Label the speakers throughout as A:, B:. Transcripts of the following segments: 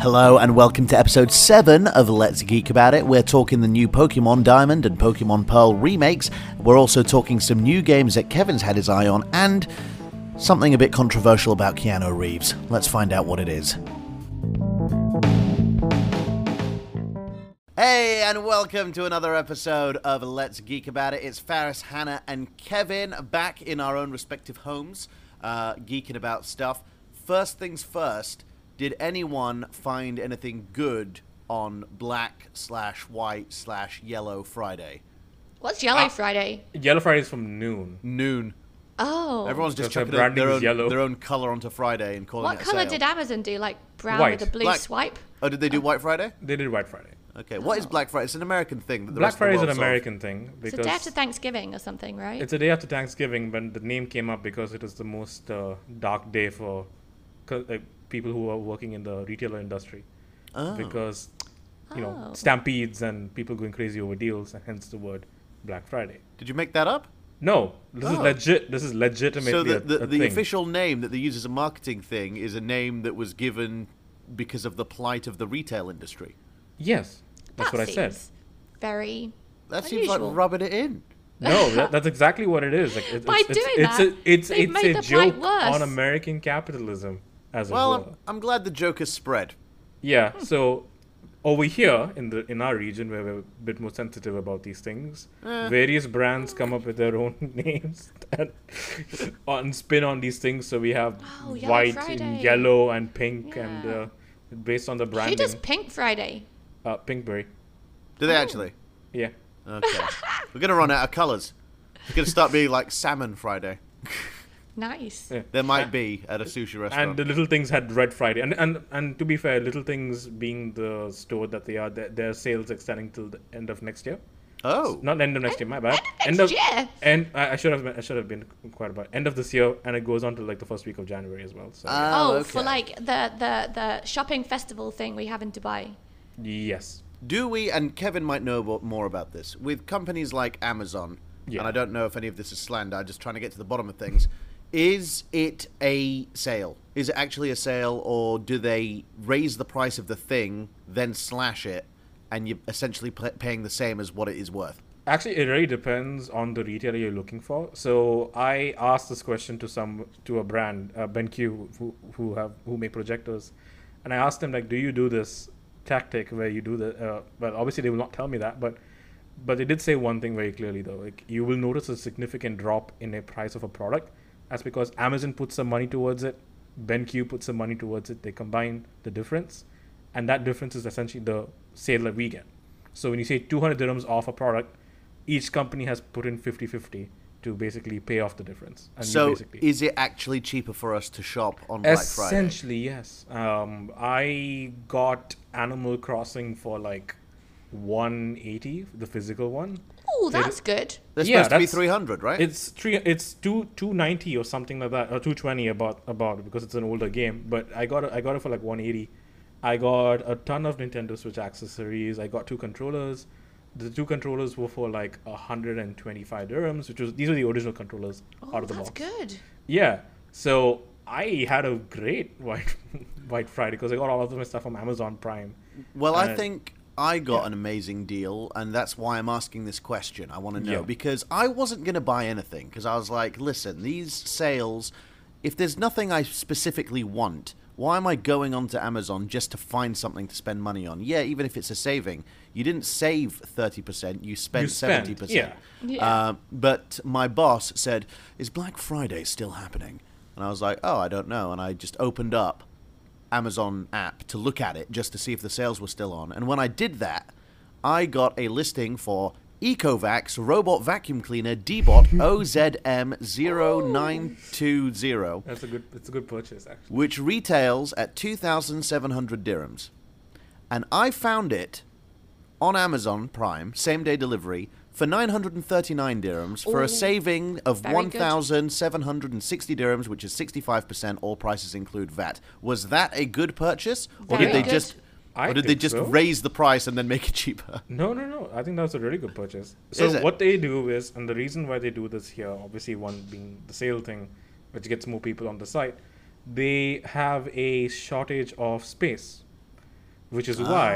A: Hello and welcome to episode 7 of Let's Geek About It. We're talking the new Pokemon Diamond and Pokemon Pearl remakes. We're also talking some new games that Kevin's had his eye on and something a bit controversial about Keanu Reeves. Let's find out what it is. Hey, and welcome to another episode of Let's Geek About It. It's Faris, Hannah, and Kevin back in our own respective homes, uh, geeking about stuff. First things first, did anyone find anything good on Black slash White slash Yellow Friday?
B: What's Yellow
C: Ah.
B: Friday?
C: Yellow Friday is from noon.
A: Noon.
B: Oh.
A: Everyone's just
C: So their
A: chucking their,
C: branding
A: their
C: is
A: own,
C: yellow.
A: their own color onto Friday and calling
B: what
A: it a
B: color
A: sale.
B: did Amazon do? Like brown
C: White.
B: with a blue
A: Black.
B: swipe?
A: Oh, did they do White Friday?
C: They did White Friday.
A: Okay, what
B: Oh.
A: is Black Friday? It's an American thing. That the
C: Black
A: rest of the
C: Friday is an
A: world saw.
C: American thing
B: It's
C: because
B: a day after Thanksgiving or something, right?
C: it's a day after Thanksgiving, but the name came up because it is the most uh, dark day for co- like, people who are working in the retailer industry
A: Oh.
C: because you know
B: Oh.
C: stampedes and people going crazy over deals, and hence the word Black Friday.
A: Did you make that up?
C: No, this is
A: Oh.
C: legit. This is legitimately
A: So the,
C: a-
A: the,
C: a
A: the
C: thing.
A: official name that they use as a marketing thing is a name that was given because of the plight of the retail industry.
C: Yes, that's
B: that
C: what I
B: seems
C: said.
B: Very.
A: That seems like
B: Unusual.
A: rubbing it in.
C: No, that, that's exactly what it is. Like, it,
B: By
C: it's, it's,
B: doing
C: it's
B: that,
C: a, it's,
B: they've
C: it's
B: made
C: a
B: the plight
C: joke
B: worse.
C: on American capitalism as
A: Well, um,
C: it were.
A: I'm, I'm glad the joke has spread.
C: Yeah.
B: Hmm.
C: So over here in the in our region where we're a bit more sensitive about these things, various brands come up with their own names and on spin on these things. So we have
B: Oh, Yellow
C: white and
B: Friday.
C: yellow and pink and
B: Yeah.
C: uh, based on the
B: Who
C: branding,
B: does Pink Friday?
C: uh, Pinkberry.
A: Do
B: Oh.
A: they actually?
C: Yeah.
A: Okay. We're going to run out of colours. It's going to start being like Salmon Friday.
B: Nice.
C: Yeah.
A: There might be at a sushi restaurant.
C: And the little things had Red Friday, and and and to be fair, little things being the store that they are, their, their sales extending till the end of next year.
A: oh.
C: Not end of next year, my bad.
B: End of next year?
C: And I, I should have been, I should have been quite about end of this year, and it goes on to like the first week of January as well. So
B: Oh,
A: okay.
B: for like the, the, the shopping festival thing we have in Dubai.
C: yes,
A: Do we, and Kevin might know abo- more about this, with companies like Amazon,
C: Yeah.
A: and I don't know if any of this is slander, I'm just trying to get to the bottom of things. Is it a sale? Is it actually a sale, or do they raise the price of the thing, then slash it, and you're essentially p- paying the same as what it is worth?
C: actually, it really depends on the retailer you're looking for. So I asked this question to some to a brand, uh, BenQ, who who have who make projectors, and I asked them like, do you do this tactic where you do the? Uh, well, obviously they will not tell me that, but. But they did say one thing very clearly though. Like you will notice a significant drop in a price of a product. That's because Amazon puts some money towards it, BenQ puts some money towards it. They combine the difference, and that difference is essentially the sale that we get. So when you say 200 dirhams off a product, each company has put in 50-50 to basically pay off the difference. And you
A: So,
C: basically
A: is it actually cheaper for us to shop on Black Friday?
C: Essentially, yes. Um, I got Animal Crossing for like 180, the physical one.
B: Oh,
C: They d-
B: that's good.
A: They're
C: Yeah,
A: supposed to be
C: that's-
A: 300, right?
C: It's three. It's two two ninety or something like that, or two twenty about about because it's an older game. But I got it, I got it for like one eighty. I got a ton of Nintendo Switch accessories. I got two controllers. The two controllers were for like hundred and twenty five dirhams, which was these are the original controllers
B: Oh,
C: out of the
B: that's
C: box.
B: good.
C: Yeah. So I had a great white White Friday because I got all of my stuff from Amazon Prime.
A: Well, I
C: Uh,
A: think I got an amazing deal, and that's why I'm asking this question. I want to know
C: Yeah.
A: because I wasn't going to buy anything because I was like, listen, these sales, if there's nothing I specifically want, why am I going onto Amazon just to find something to spend money on? Yeah, even if it's a saving, you didn't save 30%, you spent
C: You spent,
A: 70%.
C: yeah.
B: Yeah.
A: Uh, but my boss said, Is Black Friday still happening? And I was like, Oh, I don't know. And I just opened up Amazon app to look at it just to see if the sales were still on. And when I did that, I got a listing for Ecovax Robot Vacuum Cleaner Dbot OZM0920,
C: That's a good. It's a good purchase actually.
A: which retails at 2,700 dirhams. And I found it on Amazon Prime, same day delivery, for 939 dirhams for
B: Ooh,
A: a saving of
B: very good.
A: 1,760 dirhams, which is 65%. All prices include VAT. Was that a good purchase, or
B: Very
A: did they
B: good.
A: just,
C: I
A: or did they
C: think
A: just
C: so.
A: raise the price and then make it cheaper?
C: No, no, no. I think that was a really good purchase. So
A: Is it?
C: what they do is, and the reason why they do this here, obviously one being the sale thing, which gets more people on the site, they have a shortage of space. which is
A: Ah.
C: why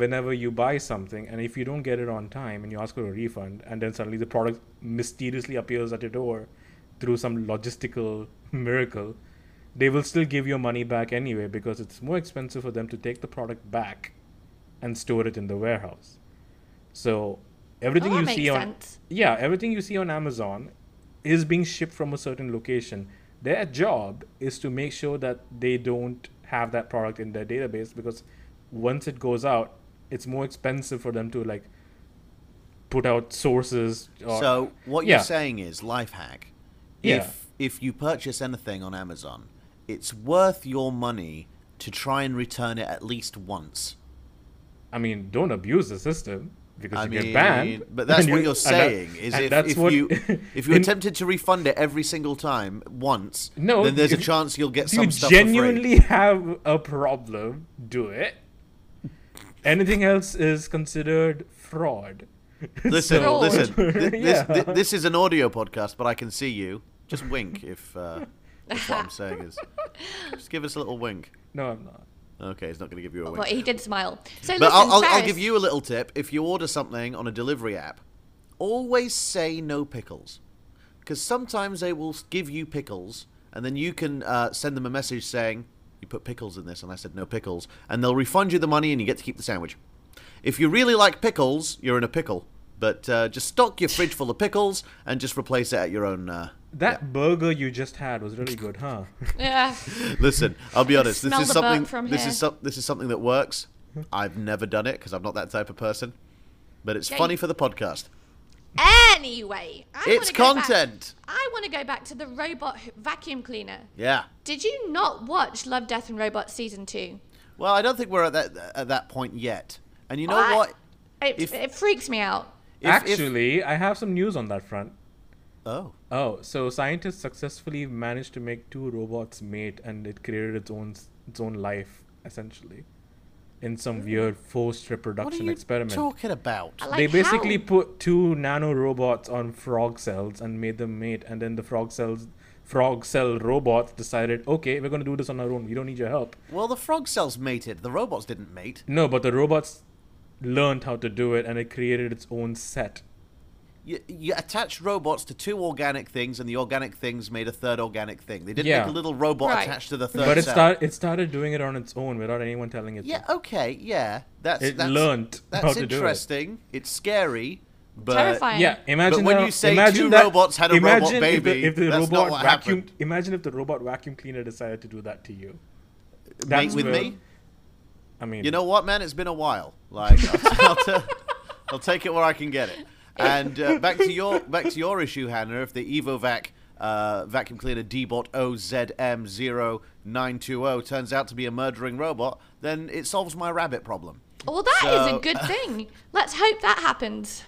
C: whenever you buy something and if you don't get it on time and you ask for a refund and then suddenly the product mysteriously appears at your door through some logistical miracle they will still give your money back anyway because it's more expensive for them to take the product back and store it in the warehouse so everything
B: Oh, that
C: you
B: makes
C: see
B: sense.
C: on yeah everything you see on amazon is being shipped from a certain location their job is to make sure that they don't have that product in their database because once it goes out it's more expensive for them to like put out sources or,
A: So what
C: Yeah.
A: you're saying is life hack.
C: Yeah.
A: If if you purchase anything on Amazon, it's worth your money to try and return it at least once.
C: i mean don't abuse the system because
A: I
C: you
A: mean,
C: get banned
A: but that's
C: and
A: what
C: you-
A: you're
C: and that-
A: saying is
C: and
A: if,
C: that's
A: if
C: what-
A: you if you
C: in-
A: attempted to refund it every single time once,
C: No,
A: then there's a
C: if-
A: chance you'll get
C: Do you
A: some stuff for free.
C: genuinely have a problem, do it. Anything else is considered fraud.
A: Listen,
B: Fraud.
A: listen. Th- this,
C: Yeah.
A: thi- this is an audio podcast, but I can see you. Just wink if uh, that's what I'm saying is. Just give us a little wink.
C: No, I'm not.
A: Okay, he's not going to give you a wink.
B: But he did smile. So
A: But
B: listen,
A: I'll, I'll, I'll
B: Ferris-
A: give you a little tip. If you order something on a delivery app, always say no pickles. Because sometimes they will s- give you pickles, and then you can uh, send them a message saying, You put pickles in this, and I said no pickles. And they'll refund you the money, and you get to keep the sandwich. If you really like pickles, you're in a pickle. But uh, just stock your fridge full of pickles and just replace it at your own. Uh...
C: That burger you just had was really good, huh?
B: Yeah.
A: Listen, I'll be honest. This
B: Smell
A: is
B: the burp
A: something.
B: from
A: this
B: here.
A: is some, this is something that works. I've never done it because I'm not that type of person. But it's
B: Yeah,
A: funny
B: you-
A: for the podcast.
B: Anyway, I
A: It's
B: wanna go back-
A: content.
B: I want to go back to the robot h- vacuum cleaner.
A: Yeah.
B: Did you not watch Love, Death and Robots season two?
A: Well, I don't think we're at that at that point yet. And you know
B: Well, I-
A: what?
B: It,
A: If-
B: it freaks me out.
A: If- if-
C: Actually, I have some news on that front.
A: oh,
C: Oh, so scientists successfully managed to make two robots mate and it created its own s- its own life essentially in some weird forced
A: what are
C: reproduction
A: you
C: experiment.
A: talking about?
B: I like
C: they basically
B: how?
C: put two nano robots on frog cells and made them mate and then the frog cells frog cell robots decided okay we're going to do this on our own we don't need your help
A: Well, the frog cells mated. The robots didn't mate.
C: no but the robots learned how to do it and it created its own set
A: You, you attach robots to two organic things, and the organic things made a third organic thing. They didn't
C: Yeah.
A: make a little robot
B: Right.
A: attached to the third.
C: but it,
A: cell.
C: start, it started doing it on its own without anyone telling it to.
A: Yeah. Okay. Yeah. That's
C: It
A: that's,
C: learned
A: That's
C: how to do it.
A: interesting. It's scary, but
B: Terrifying.
C: Yeah, imagine
A: when
C: how-
A: you say
C: imagine
A: two
C: that-
A: robots had a robot
C: imagine If
A: baby,
C: the, if the
A: that's not
C: robot
A: what
C: vacuum,
A: happened.
C: imagine if the robot vacuum cleaner decided to do that to you.
A: mate
C: That's
A: with
C: where-
A: me.
C: I mean,
A: You know what, man? It's been a while. Like I'll, I'll, ta- I'll take it where I can get it. And uh, back to your back to your issue, Hannah. If the Evovac uh, vacuum cleaner Dbot OZM0920 turns out to be a murdering robot, then it solves my rabbit problem.
B: Well, that is
A: So-
B: a good thing. Let's hope that happens.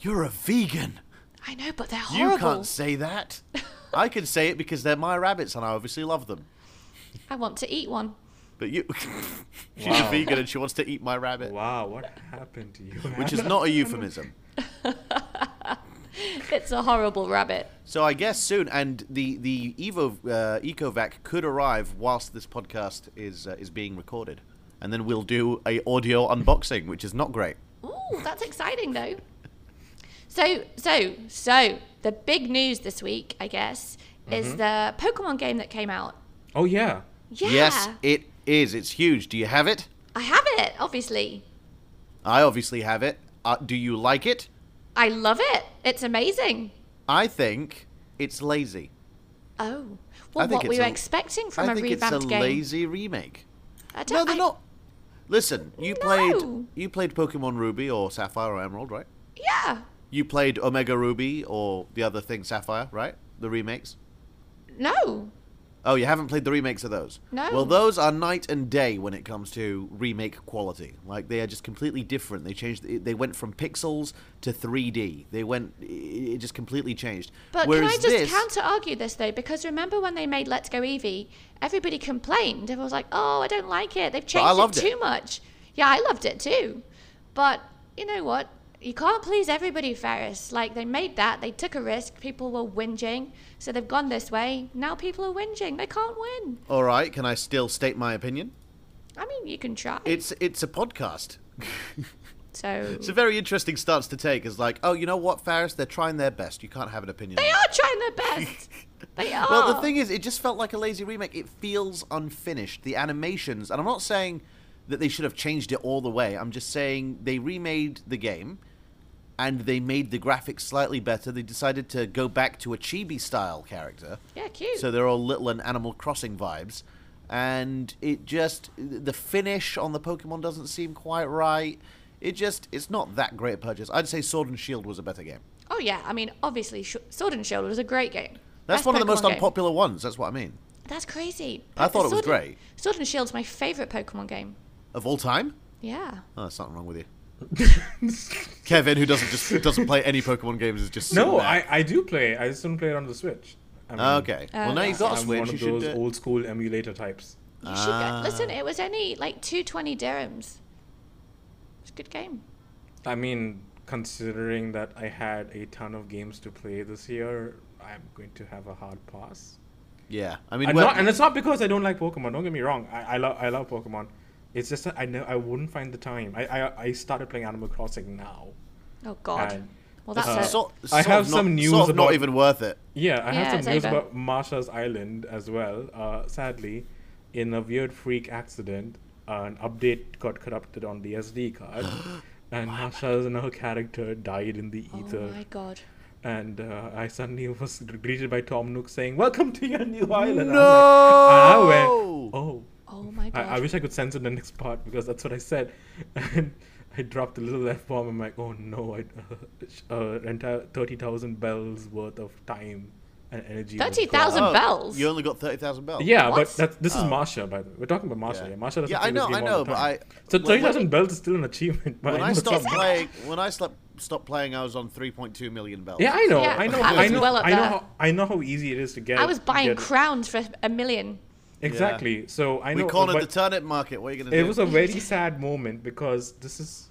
A: You're a vegan.
B: I know, but they're
A: You
B: horrible.
A: can't say that. I can say it because they're my rabbits, and I obviously love them.
B: I want to eat one.
A: But you, she's
C: Wow.
A: a vegan and she wants to eat my rabbit,
C: wow, what happened to you?
A: which is not a euphemism.
B: It's a horrible rabbit.
A: So I guess soon, and the the Evo uh, Ecovac could arrive whilst this podcast is uh, is being recorded, and then we'll do a audio unboxing, which is not great.
B: Ooh, that's exciting though. So, so, so the big news this week, I guess, is
C: Mm-hmm.
B: the Pokemon game that came out.
C: Oh yeah.
B: Yeah.
A: Yes, it is. It's huge. Do you have it?
B: I have it, obviously.
A: I obviously have it. Uh, do you like it?
B: I love it. It's amazing.
A: I think it's lazy.
B: Oh,
A: I
B: well,
A: think
B: what we
A: it's
B: were
A: a-
B: expecting from
A: I
B: a
A: think it's
B: revamped
A: a
B: game.
A: lazy remake.
B: I don't,
A: No, they're
B: I-
A: not. Listen, you
B: No.
A: played you played Pokemon Ruby or Sapphire or Emerald, right?
B: Yeah.
A: You played Omega Ruby or the other thing Sapphire, right? The remakes.
B: No.
A: Oh, you haven't played the remakes of those.
B: No.
A: Well, those are night and day when it comes to remake quality. Like they are just completely different. They changed. They went from pixels to 3D. They went. It just completely changed.
B: But
A: Whereas
B: can I just
A: this,
B: counter argue this though? Because remember when they made Let's Go Eevee, everybody complained. Everyone was like, "Oh, I don't like it. They've
A: I
B: changed it
A: loved it.
B: too much." Yeah, I loved it too. But you know what? You can't please everybody, Ferris. Like they made that, they took a risk. People were whinging, so they've gone this way. Now people are whinging. They can't win.
A: All right. Can I still state my opinion?
B: I mean, you can try.
A: It's it's a podcast.
B: so
A: It's a very interesting stance to take. Is like, oh, you know what, Faris? They're trying their best. You can't have an opinion.
B: they are trying their best. they are.
A: Well, the thing is, it just felt like a lazy remake. It feels unfinished. The animations, and I'm not saying that they should have changed it all the way. I'm just saying they remade the game, and they made the graphics slightly better. They decided to go back to a chibi style character.
B: yeah, cute.
A: So they're all little and Animal Crossing vibes. And it just the finish on the Pokemon doesn't seem quite right. It just it's not that great a purchase. I'd say Sword and Shield was a better game.
B: oh yeah, I mean, obviously, Sh- Sword and Shield was a great game.
A: That's
B: Best
A: one of the
B: Pokemon
A: most
B: game.
A: unpopular ones. That's what I mean.
B: That's crazy.
A: I thought it was
B: Sword and-
A: great.
B: Sword and Shield's my favorite Pokemon game.
A: Of all time?
B: Yeah.
A: Oh, there's something wrong with you. Kevin, who doesn't just doesn't play any Pokemon games, is just sitting
C: No,
A: there.
C: I, I do play. I just don't play it on the Switch. I mean,
A: okay.
B: Uh,
A: well, now you've got a
C: I'm
A: Switch.
C: one
A: You
C: of
A: should.
C: those
A: do it.
C: old school emulator types.
B: You should
A: Ah.
B: go. Listen, it was only like 220 dirhams. It's a good game.
C: I mean, considering that I had a ton of games to play this year, I'm going to have a hard pass.
A: Yeah, I mean,
C: And,
A: well,
C: not, and it's not because I don't like Pokemon. Don't get me wrong. I, I love I love Pokemon. It's just that I know I wouldn't find the time. I I, I started playing Animal Crossing now.
B: Oh, God.
C: And-
B: well,
C: this
B: that's
C: is
B: a,
A: sort, sort
C: I have
A: of
C: some
A: not,
C: news
A: sort of not
C: about-
A: even worth it.
C: Yeah,
B: Yeah,
C: I have
B: it's
C: some news
B: over.
C: about Marsha's Island as well. Uh, sadly, in a weird freak accident, an update got corrupted on the SD card, and Marsha's and her character died in the ether.
B: Oh, my God.
C: and uh, I suddenly was greeted by Tom Nook saying, "Welcome to your new island."
A: No!
C: I'm like, I went, oh,
B: Oh, my God.
C: I, I wish I could censor the next part because that's what I said, and I dropped a little f bomb. I'm like, oh no, I, uh, uh, entire thirty thousand bells worth of time and energy. was
B: 30,000
C: gone.
A: Oh,
B: bells.
A: You only got thirty thousand bells.
C: Yeah,
B: What?
C: but that's, this is
A: Oh.
C: Marsha, by the way. We're talking about Marsha.
A: Yeah.
C: Yeah, Marsha doesn't
A: Yeah,
C: play
A: I
C: this
A: know-
C: game
A: I
C: all the
A: know, but
C: time.
A: I-
C: so
A: when-
C: thirty thousand bells is still an achievement. but
A: When
C: know
A: I
C: it's
A: stopped
C: not-
A: playing, when I slept, stopped playing, I was on three point two million bells.
C: Yeah, I know.
B: Yeah,
C: I know.
B: I
C: I,
B: was
C: know.
B: well up
C: I know.
B: there.
C: How, I know how easy it is to get.
B: I was buying
C: get-
B: crowns for a million.
C: Exactly. So I
A: we
C: know.
A: cornered
C: but
A: the turnip market. What are you gonna
C: it
A: do?
C: was a very sad moment because this is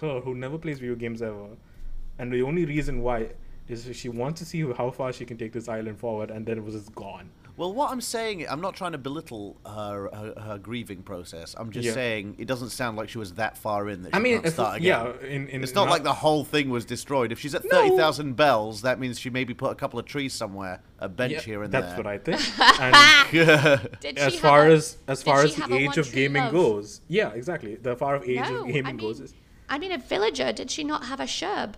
C: her who never plays video games ever, and the only reason why is she wants to see how far she can take this island forward, and then it was just gone.
A: well, what I'm saying, I'm not trying to belittle her her, her grieving process. I'm just
C: Yeah.
A: saying it doesn't sound like she was that far in that she
C: I mean,
A: can't
C: it's,
A: start again.
C: yeah. In, in
A: It's not like the whole thing was destroyed. If she's at thirty thousand bells, that means she maybe put a couple of trees somewhere, a bench
C: Yeah,
A: here and
C: that's
A: there.
C: what I think. And
A: what
B: Did
C: as
B: she
C: far
B: have a-
C: as as
B: did
C: far
B: she
C: as
B: have
C: the
B: a
C: age
B: one
C: of
B: true
C: gaming
B: love?
C: goes, yeah, exactly. The far of age
B: No,
C: of gaming
B: I mean,
C: goes is
B: I mean, a villager. Did she not have a sherb?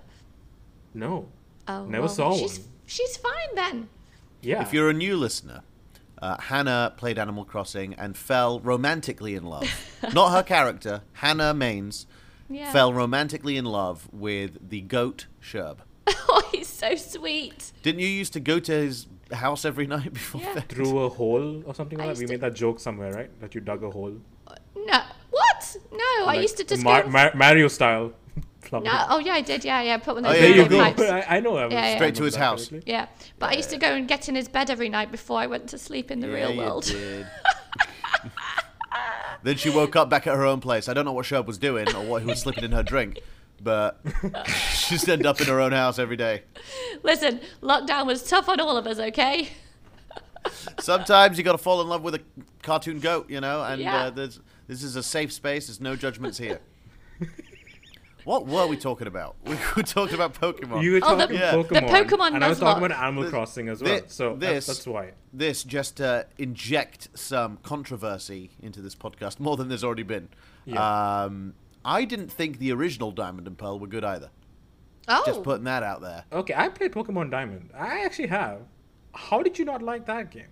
C: no.
B: Oh,
C: Never
B: well,
C: saw
B: she's,
C: one.
B: She's fine then.
C: Yeah.
A: If you're a new listener, uh, Hannah played Animal Crossing and fell romantically in love. Not her character, Hannah Maines
B: Yeah.
A: fell romantically in love with the goat Sherb.
B: oh, he's so sweet.
A: Didn't you used to go to his house every night before
B: Yeah.
A: that?
C: through a hole or something
B: I
C: like that. We
B: used to-
C: made that joke somewhere, right? That you dug a hole.
B: No. What? No, I
C: Like
B: used to just
C: Mar-
B: go.
C: Mar- Mario style. Plummet.
B: no, oh, yeah, I did. Yeah, yeah. Put one of
A: Oh,
B: those
A: yeah,
C: there
A: yeah,
C: you
B: big
C: go.
A: yeah.
B: pipes.
C: I, I know. I
B: Yeah, yeah.
A: Straight to his
C: remember that
A: house.
C: correctly.
B: Yeah, but I used to go and get in his bed every night before I went to sleep in the
A: Yeah,
B: real
A: you
B: world.
A: did. then she woke up back at her own place. I don't know what Sherb was doing or what he was slipping in her drink, but she just ended up in her own house every day.
B: Listen, lockdown was tough on all of us, okay?
A: Sometimes you got to fall in love with a cartoon goat, you know. And
B: Yeah.
A: uh, there's, this is a safe space. There's no judgments here. what were we talking about? We were talking about Pokemon.
C: You were
B: Oh, the-
C: talking
A: Yeah.
C: Pokemon,
A: the
B: Pokemon
C: and I was talking
B: Nuzlocke.
C: about Animal Crossing as well.
A: Thi-
C: so
A: this-
C: that's, that's why.
A: this just to inject some controversy into this podcast more than there's already been.
C: Yeah.
A: Um, I didn't think the original Diamond and Pearl were good either.
B: Oh,
A: Just putting that out there.
C: Okay, I played Pokemon Diamond. I actually have. How did you not like that game?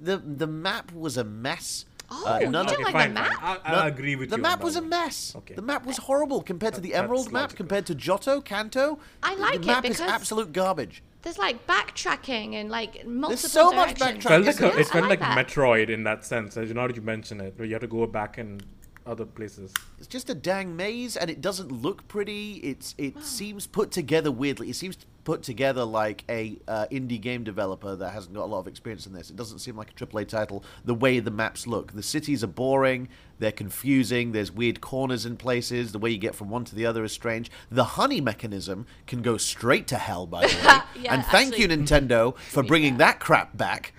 A: The the map was a mess. Uh,
B: Oh, you
A: none
B: don't
A: of-
B: like the map?
C: I'll, I'll
A: no,
C: agree with
A: the
C: you. on
A: map
C: that
A: was a
C: one.
A: mess.
C: Okay.
A: The map was horrible compared to the
C: that's
A: Emerald map,
C: logical.
A: compared to Johto, Kanto.
B: I
A: The-
B: like it
A: The map is
B: because-
A: absolute garbage.
B: there's like backtracking and like multiple
A: so much
B: directions.
A: backtracking.
C: felt like
A: Yeah,
C: a, it
B: I
C: felt
B: like
C: like,
B: that.
C: Metroid in that sense. As you know, you mention it, where you have to go back and other places.
A: It's just a dang maze, and it doesn't look pretty. It's it seems put together weirdly. It seems put together like a uh, indie game developer that hasn't got a lot of experience in this. It doesn't seem like a AAA title. The way the maps look, the cities are boring. They're confusing. There's weird corners in places. The way you get from one to the other is strange. The honey mechanism can go straight to hell, by the way.
B: Yeah,
A: and thank
B: actually-
A: you,
B: Uh,
A: Nintendo, for bringing that crap back.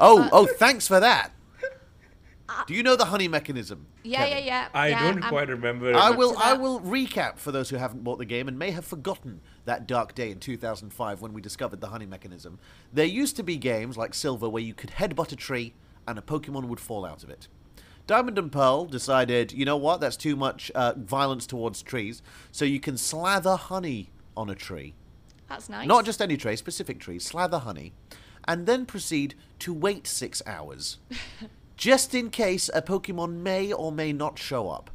A: oh, oh, thanks for that. Do you know the honey mechanism?
B: Yeah, yeah,
A: Kevin?
B: yeah.
C: I
B: yeah,
C: don't
B: I'm-
C: quite remember.
A: I
B: up
A: will.
B: to
A: I
B: that.
A: will recap for those who haven't bought the game and may have forgotten that dark day in 2005 when we discovered the honey mechanism. There used to be games like Silver where you could headbutt a tree and a Pokemon would fall out of it. Diamond and Pearl decided, you know what? That's too much uh, violence towards trees. So you can slather honey on a tree
B: That's nice.
A: not just any tray, specific tree, slather honey, and then proceed to wait six hours, just in case a Pokemon may or may not show up.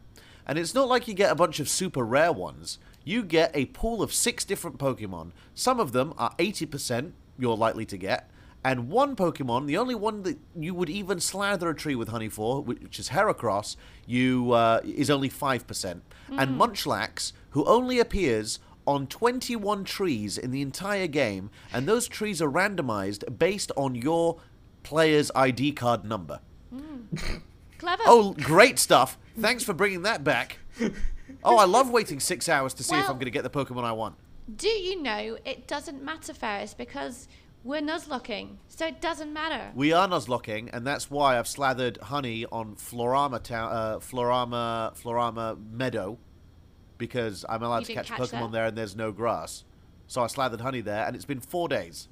A: And it's not like you get a bunch of super rare ones. You get a pool of six different Pokemon. Some of them are 80% you're likely to get, and one Pokemon, the only one that you would even slather a tree with honey for, which is Heracross, you uh, is only five percent. And Munchlax, who only appears on 21 trees in the entire game, and those trees are randomized based on your player's ID card number.
B: clever.
A: Oh, great stuff! Thanks for bringing that back. Oh, I love waiting six hours to see if
B: Well-
A: I'm going to get the Pokemon I want.
B: Do you know it doesn't matter, Ferris, because we're nuzlocking, so it doesn't matter.
A: We are nuzlocking, and that's why I've slathered honey on Florama town, uh, Florama, Florama Meadow, because I'm allowed
B: You
A: to
B: didn't
A: catch,
B: catch
A: Pokemon
B: that?
A: there, and there's no grass. So I slathered honey there, and it's been four days,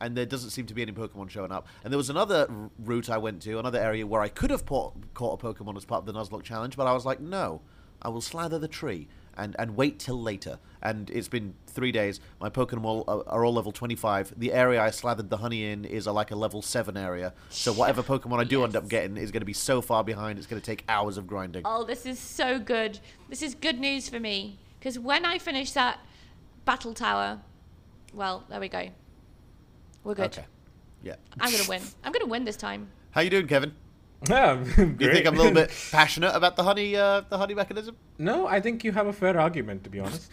A: and there doesn't seem to be any Pokemon showing up. And there was another r- route I went to, another area where I could have pau- caught a Pokemon as part of the Nuzlocke challenge, but I was like, no, I will slather the tree. And, and wait till later. And it's been three days. My Pokemon are, are all level 25. The area I slathered the honey in is a, like a level 7 area. So whatever Pokemon I do end up
B: Yes.
A: getting is going to be so far behind, it's going to take hours of grinding.
B: Oh, this is so good. This is good news for me because when I finish that battle tower, well, there we go. We're good.
A: Okay. Yeah.
B: I'm gonna win. I'm gonna win this time.
A: How you doing, Kevin?
C: Yeah,
A: Do you think I'm a little bit passionate about the honey, uh, the honey mechanism?
C: No, I think you have a fair argument to be honest.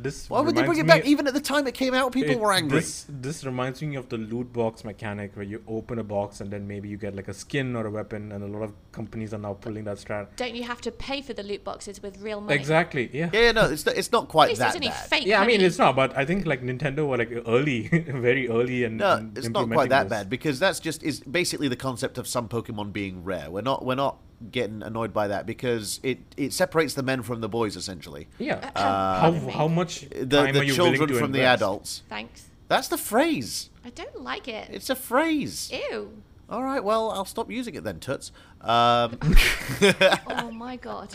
C: This
A: Why would they bring
C: reminds
A: it
C: me-
A: back? Even at the time it came out, people
C: it-
A: were angry.
C: This, this reminds me of the loot box mechanic where you open a box and then maybe you get like a skin or a weapon, and a lot of companies are now pulling that strat.
B: Don't you have to pay for the loot boxes with real money?
C: Exactly. Yeah.
A: Yeah, yeah, no, it's it's not
B: At
A: quite
B: least
A: that
B: there's any
A: bad.
B: fake.
C: Yeah, I mean
B: honey.
C: it's not, but I think like Nintendo were like early, very early, and
A: No,
C: and
A: it's not quite that
C: implementing
A: bad
C: this.
A: because that's just is basically the concept of some Pokemon being rare. We're not we're not getting annoyed by that because it it separates the men from the boys essentially.
C: Yeah,
B: Pardon
C: how
B: me.
C: how much
A: Uh, The
C: time are
A: the
C: you
A: children
C: willing to
A: from the
C: invest?
A: adults.
B: Thanks.
A: That's the phrase.
B: I don't like it.
A: It's a phrase.
B: Ew.
A: All right, well I'll stop using it then, toots. Um,
B: Oh my god.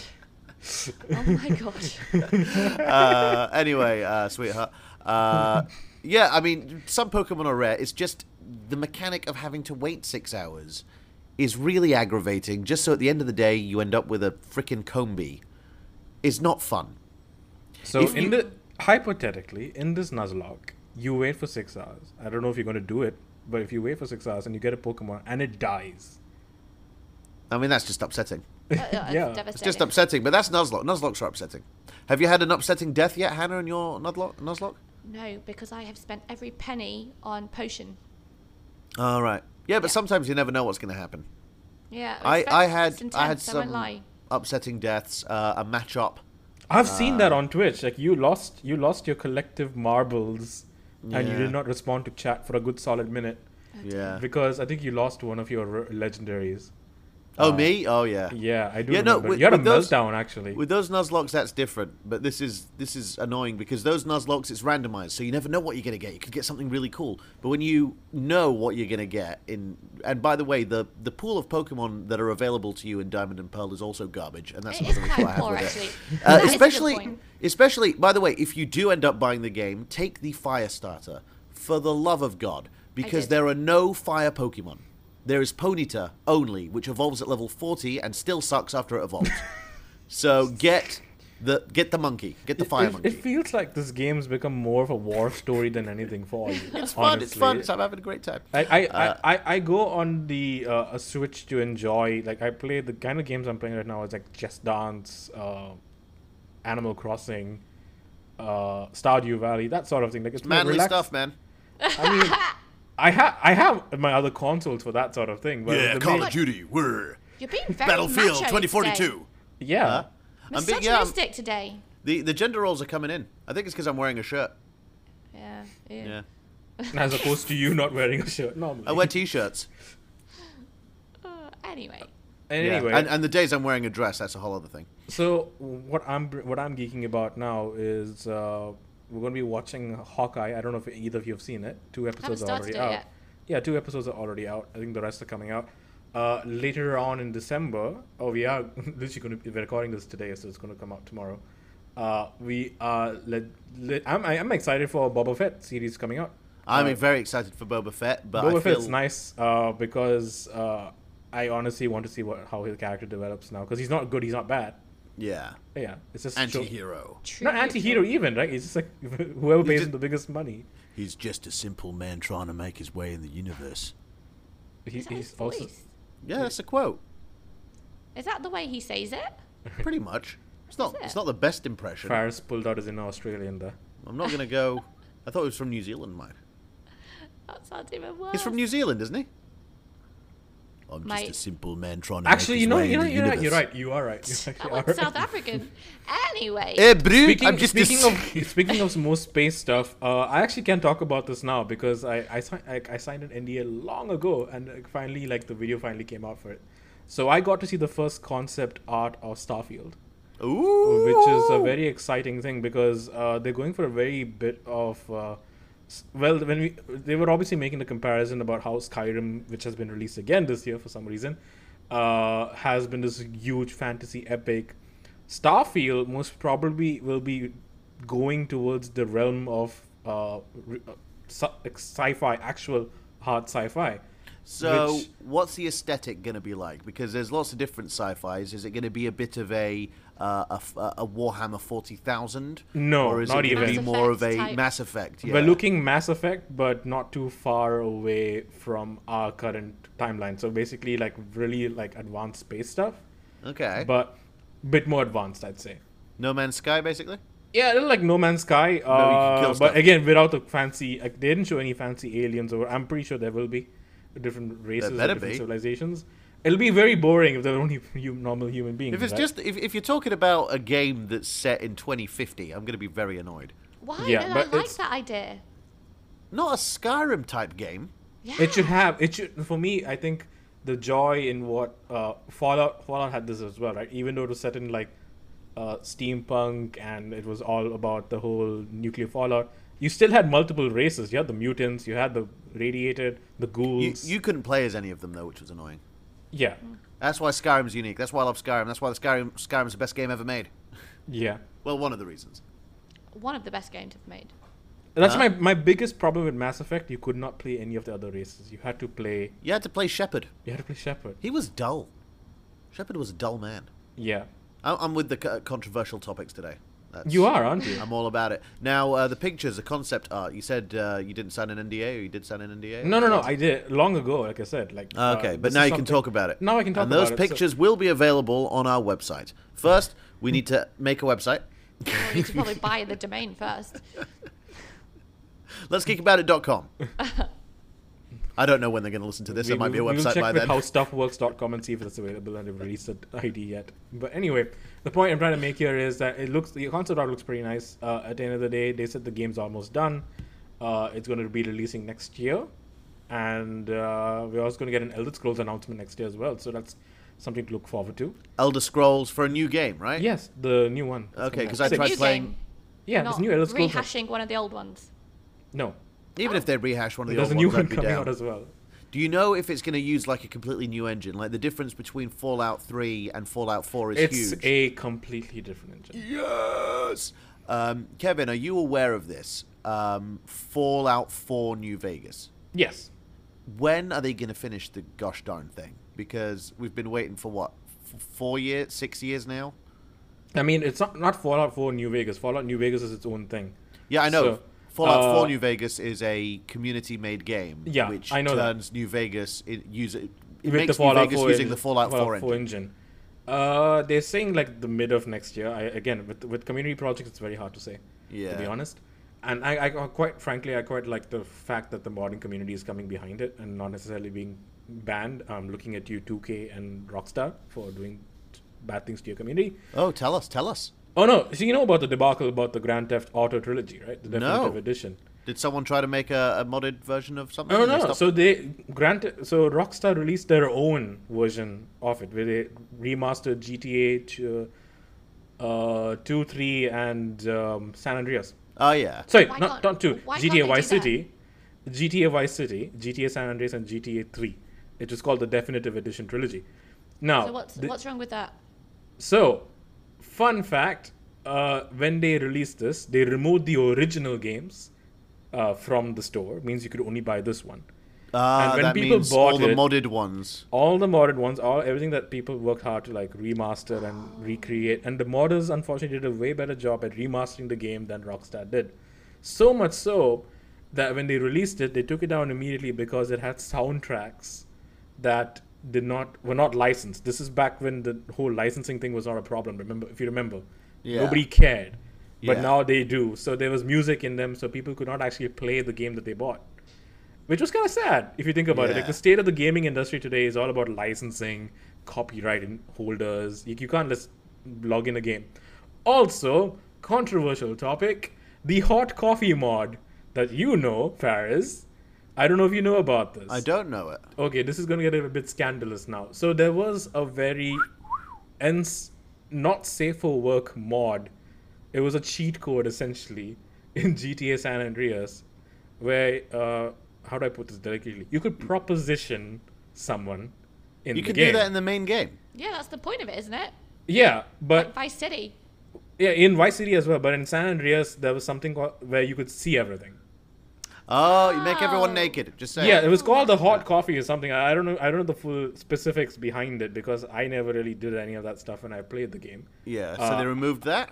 B: Oh my god.
A: uh, anyway, uh, sweetheart. Uh, yeah, I mean, some Pokemon are rare. It's just the mechanic of having to wait six hours is really aggravating, just so at the end of the day you end up with a frickin' Combi. It's not fun.
C: So
A: If
C: in
A: you-
C: the hypothetically, in this Nuzlocke, you wait for six hours. I don't know if you're gonna do it, but if you wait for six hours and you get a Pokemon and it dies,
A: I mean, that's just upsetting.
B: Uh,
C: Yeah.
B: It's
C: It's
A: It's
B: devastating.
A: just upsetting, but that's Nuzlocke. Nuzlocke's are upsetting. Have you had an upsetting death yet, Hannah, in your Nuzlocke? Nuzlocke?
B: No, because I have spent every penny on potion.
A: All right. Yeah, but
B: Yeah.
A: sometimes you never know what's going to happen.
B: Yeah.
A: I,
B: it's
A: I
B: very-
A: had
B: it's
A: I had
B: intense, I won't
A: some
B: lie.
A: upsetting deaths. Uh, a match-up
C: I've seen
A: Ah.
C: that on Twitch. Like you lost, you lost your collective marbles, and you
A: Yeah.
C: did not respond to chat for a good solid minute
B: Oh,
A: Yeah.
C: because I think you lost one of your r- legendaries.
A: Oh, me? Oh, yeah.
C: Yeah, I do
A: Yeah, no,
C: remember.
A: with-
C: you had a
A: with those-
C: meltdown actually.
A: With those Nuzlocks, that's different. But this is this is annoying because those Nuzlocks, it's randomized, so you never know what you're gonna get. You could get something really cool, but when you know what you're gonna get in, and by the way, the the pool of Pokemon that are available to you in Diamond and Pearl is also garbage, and that's
B: It is
A: another issue I
B: quite
A: have
B: poor,
A: with it.
B: actually.
A: Uh,
B: That is a good
A: especially,
B: point.
A: especially. By the way, if you do end up buying the game, take the Fire Starter for the love of God, because
B: did.
A: there are no Fire Pokemon. There is Ponyta only, which evolves at level forty and still sucks after it evolves. so get the get the monkey, get the
C: It,
A: Fire
C: it-
A: Monkey.
C: it feels like this game's become more of a war story than anything for you.
A: it's fun. It's fun.
C: honestly.
A: It's, I'm having a great time.
C: I, I,
A: Uh,
C: I, I- I go on the uh, a Switch to enjoy. Like I play the kind of games I'm playing right now is like Just Dance, uh, Animal Crossing, uh, Stardew Valley, that sort of thing. Like it's more
A: Manly
C: relaxed.
A: stuff, man.
C: I mean, I have I have my other consoles for that sort of thing. But the main-
A: Duty. We're
B: You're being very macho today.
C: Yeah.
A: I'm being, yeah, I'm-
B: Misogynistic today.
A: the the gender roles are coming in. I think it's because I'm wearing a shirt.
B: Yeah. ew.
A: Yeah,
C: As
A: Uh,
C: opposed to you not wearing a shirt normally.
A: I wear t-shirts.
B: Uh, Oh, anyway.
C: And
A: Yeah.
C: anyway,
A: and, and the days I'm wearing a dress, that's a whole other thing.
C: so what I'm what I'm geeking about now is uh, we're going to be watching Hawkeye. I don't know if either of you have seen it. Two episodes are
B: started
C: already
B: it
C: out.
B: yet.
C: Yeah, two episodes are already out. I think the rest are coming out uh, later on in December. Oh, we are literally going to be recording this today, so it's going to come out tomorrow. Uh, we are. Let, let, I'm I'm excited for Boba Fett series coming out.
A: I'm
C: Uh,
A: very excited for Boba Fett, but I
C: Boba
A: feel
C: Fett's nice uh, because uh, I honestly want to see what how his character develops now because he's not good, he's not bad.
A: yeah,
C: Yeah, it's just show-
A: anti-hero.
B: True.
C: not anti-hero even right. It's just like whoever pays
A: just-
C: him the biggest money.
A: He's just a simple man trying to make his way in the universe.
C: He,
B: Is that his
C: he's also
B: voice?
A: Yeah, that's a quote.
B: Is that the way he says it?
A: Pretty much. It's not.
B: Is
A: It's
B: it?
A: not the best impression.
C: Faris pulled out his inner Australian there.
A: I'm not gonna go. I thought it was from New Zealand, mate.
B: That sounds even worse.
A: He's from New Zealand, isn't he? I'm
B: Mate.
A: simple man trying to
C: Actually, you know, you know, you're right. You're right. You are right. You
B: That
C: actually are
B: one's
C: right.
B: South African. Anyway.
A: Hey, Brew,
C: Speaking,
A: Eh, I'm just
C: speaking
A: a-
C: of speaking of more space stuff, uh, I actually can't talk about this now because I I, si- I I signed an NDA long ago, and uh, finally, like the video finally came out for it. So I got to see the first concept art of Starfield,
A: Ooh.
C: which is a very exciting thing because uh, they're going for a very bit of. Uh, s- well, when we they were obviously making the comparison about how Skyrim, which has been released again this year for some reason, uh, has been this huge fantasy epic. Starfield most probably will be going towards the realm of uh, re- uh, sci- sci-fi, actual hard sci-fi.
A: So,
C: which-
A: what's the aesthetic going to be like? Because there's lots of different sci-fi's. Is it going to be a bit of a uh, a, f- a Warhammer forty thousand?
C: No,
A: or is
C: not
A: it gonna
C: even.
A: Be
B: Mass
A: more of a
B: Effect type.
A: Mass Effect. Yeah.
C: We're looking Mass Effect, but not too far away from our current timeline. So basically, like really like advanced space stuff,
A: Okay.
C: but bit more advanced, I'd say.
A: no Man's Sky, basically.
C: Yeah, a little like No Man's Sky,
A: can
C: uh,
A: kill
C: but
A: stuff.
C: again without the fancy. Like, they didn't show any fancy aliens, or I'm pretty sure there will be different races, or
A: better
C: different
A: be.
C: civilizations. It'll be very boring if they're only hum- normal human beings.
A: If it's
C: right?
A: just if, if you're talking about a game that's set in 2050, I'm going to be very annoyed.
B: Why?
C: Yeah,
B: no,
C: but
B: I like
C: it's-
B: that idea.
A: Not a Skyrim type game.
B: Yeah.
C: it should have it should for me. I think the joy in what uh, Fallout Fallout had this as well, right? Even though it was set in like uh, steampunk and it was all about the whole nuclear fallout, you still had multiple races. You had the mutants, you had the radiated, the
A: You,
C: ghouls.
A: you couldn't play as any of them though, which was annoying.
C: yeah.
A: That's why Skyrim's unique. That's why I love Skyrim. That's why the Skyrim Skyrim's the best game ever made.
C: Yeah.
A: Well, one of the reasons.
B: One of the best games I've made.
C: That's
A: Huh?
C: my, my biggest problem with Mass Effect. You could not play any of the other races. You had to play
A: You had to play Shepard.
C: you had to play Shepard.
A: He was dull. Shepard was a dull man.
C: Yeah.
A: I- I'm with the co- controversial topics today. That's,
C: You are, aren't you?
A: I'm all about it. Now, uh, the pictures, the concept art. You said uh, you didn't sign an NDA, or you did sign an NDA.
C: No, no, no. I did long ago, like I said. Like uh,
A: Okay, but
C: this
A: now
C: is
A: you can
C: something-
A: talk about it.
C: Now I can talk
A: And
C: about
A: those
C: it, so-
A: pictures will be available on our website. First, we need to make a website.
B: Well, you should probably buy the domain first.
A: Let's geekaboutit.com. I don't know when they're going to listen to this. There might be a
C: will-
A: website
C: we'll check
A: by
C: with
A: then.
C: howstuffworks.com and see if it's available and they've released an ID yet. But anyway, the point I'm trying to make here is that it looks the concept art looks pretty nice. Uh, at the end of the day, they said the game's almost done. Uh, it's going to be releasing next year, and uh, we're also going to get an Elder Scrolls announcement next year as well. So that's something to look forward to.
A: Elder Scrolls for a new game, right?
C: Yes, the new one. It's
A: Okay,
C: coming out.
A: 'cause I
C: Six.
A: tried
B: New
A: playing-
B: game.
C: Yeah,
B: not
C: this new Elder Scrolls.
B: rehashing one of the old ones.
C: No,
A: Even if they rehash one of the
C: there's a
A: old
C: new
A: ones,
C: one
A: I'd be
C: coming out
A: down.
C: as well.
A: Do you know if it's going to use like a completely new engine? Like the difference between Fallout 3 and Fallout 4 is
C: It's
A: huge.
C: a completely different engine.
A: Yes. Um, Kevin, are you aware of this? Um, Fallout 4 New Vegas.
C: Yes,
A: When are they going to finish the gosh darn thing? Because we've been waiting for what, f- four years, six years now?
C: I mean, it's not, not Fallout 4 New Vegas. Fallout New Vegas is its own thing.
A: Yeah, I know.
C: So,
A: Fallout
C: uh,
A: 4 New Vegas is a community-made game,
C: Yeah,
A: which
C: I know that.
A: turns New Vegas it, use it, it
C: with
A: makes
C: the Fallout
A: New Vegas
C: 4
A: using
C: en-
A: the Fallout, 4 engine.
C: Uh, they're saying like the mid of next year. I, again, with with community projects, it's very hard to say. To be
A: Yeah.
C: honest, and I, I quite frankly, I quite like the fact that the modding community is coming behind it and not necessarily being banned. I'm looking at you, 2K and Rockstar, for doing bad things to your community.
A: Oh, tell us, tell us.
C: Oh no! So you know about the debacle about the Grand Theft Auto trilogy, right? The
A: No.
C: definitive edition.
A: Did someone try to make a, a modded version of something?
C: No,
A: and they
C: no.
A: stopped?
C: So they granted. So Rockstar released their own version of it, where they remastered GTA two, uh, two, three, and um, San Andreas.
A: oh yeah.
C: Sorry,
B: Why
C: not
B: can't-
C: not two.
B: why can't they
C: GTA Vice
B: do that?
C: City, GTA Vice City, GTA San Andreas, and GTA Three. It was called the Definitive Edition trilogy. Now,
B: So what's
C: Oh, the-
B: what's wrong with that?
C: so, fun fact: uh, when they released this, they removed the original games uh, from the store. Means you could only buy this one.
A: Ah,
C: And when
A: that
C: people
A: means
C: bought
A: all the
C: it-
A: modded ones.
C: all the modded ones, all everything that people worked hard to like remaster and recreate. And the modders unfortunately did a way better job at remastering the game than Rockstar did. So much so that when they released it, they took it down immediately because it had soundtracks that did not were not licensed. This is back when the whole licensing thing was not a problem. Remember, if you remember,
A: Yeah.
C: nobody cared, but
A: Yeah.
C: now they do. So there was music in them, so people could not actually play the game that they bought, which was kind of sad if you think about it. Like
A: Yeah.
C: the state of the gaming industry today is all about licensing, copyright in- holders. You, you can't just log in a game. Also, controversial topic the hot coffee mod that you know, Paris. I don't know if you know about this.
A: I don't know it.
C: Okay, this is going to get a bit scandalous now. So there was a very ends not safe for work mod. It was a cheat code essentially in GTA San Andreas, where uh, how do I put this delicately? You could proposition someone in
A: You
C: the
A: can
C: game.
A: do that in the main game.
B: Yeah, that's the point of it, isn't it?
C: yeah, but
B: Like Vice City.
C: yeah, in Vice City as well. But in San Andreas, there was something called, where you could see everything.
A: Oh, you make everyone
B: Oh.
A: naked. Just say.
C: Yeah, it was called the hot coffee or something. I I don't know. I don't know the full specifics behind it because I never really did any of that stuff when I played the game.
A: Yeah. So
C: Uh,
A: they removed that.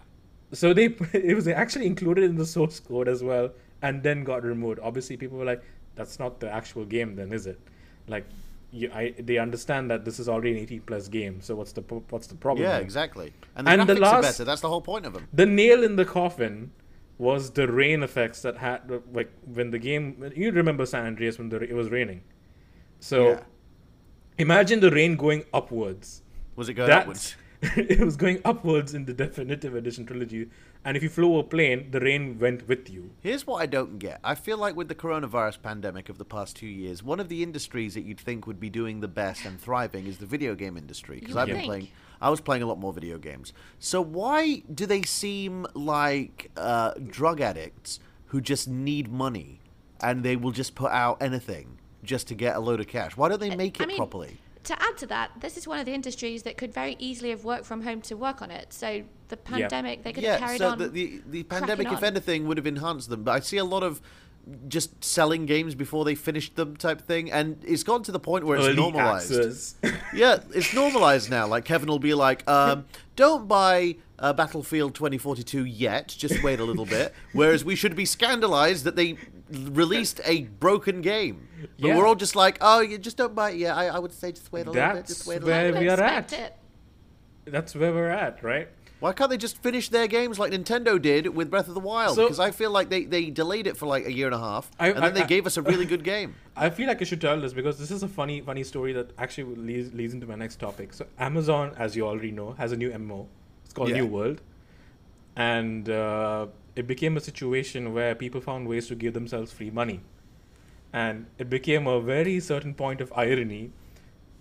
C: So they it was actually included in the source code as well, and then got removed. Obviously, people were like, "That's not the actual game, then, is it?" Like, you, I, they understand that this is already an 18 plus game. So what's the pro- what's the problem?
A: Yeah,
C: here?
A: exactly. And the
C: And
A: graphics
C: the
A: are
C: last-
A: better. That's the whole point of them.
C: The nail in the coffin was the rain effects that had like when the game. You remember San Andreas when the, ra- it was raining. So
A: Yeah.
C: imagine the rain going upwards.
A: Was it going
C: That's-
A: upwards?
C: it was going upwards in the definitive edition trilogy, and if you flew a plane, the rain went with you.
A: Here's what I don't get. I feel like with the coronavirus pandemic of the past two years, one of the industries that you'd think would be doing the best and thriving is the video game industry. Because
B: You
A: I've
B: would
A: been
B: think.
A: playing, I was playing a lot more video games. So why do they seem like uh, drug addicts who just need money and they will just put out anything just to get a load of cash? Why don't they make
B: Uh, I
A: it
B: mean,
A: properly?
B: To add to that, this is one of the industries that could very easily have worked from home to work on it. So the pandemic, they could have
A: Yeah,
B: carried
A: so
B: on.
A: the, the, the pandemic,
B: cracking
A: if
B: on.
A: anything, would have enhanced them. But I see a lot of just selling games before they finished them type thing, and it's gone to the point where it's
C: Early
A: normalized.
C: access.
A: Yeah, it's normalized now. Like Kevin will be like, um, "Don't buy uh, Battlefield 2042 yet. Just wait a little bit." Whereas we should be scandalized that they released a broken game, but
C: Yeah.
A: we're all just like, "Oh, you just don't buy it yet." I, I would say just wait a little bit.
C: That's
A: Just wait a
C: where
A: little bit.
B: Wouldn't
C: we are
B: expect
C: at.
B: it.
C: That's where we're at, right?
A: Why can't they just finish their games like Nintendo did with Breath of the Wild?
C: So-
A: Because I feel like they, they delayed it for like a year and a half,
C: I-
A: and then
C: I-
A: they
C: I-
A: gave us a really good game.
C: I feel like I should tell this because this is a funny, funny story that actually leads, leads into my next topic. So Amazon, as you already know, has a new MMO. It's called
A: Yeah.
C: New World, and uh, it became a situation where people found ways to give themselves free money, and it became a very certain point of irony.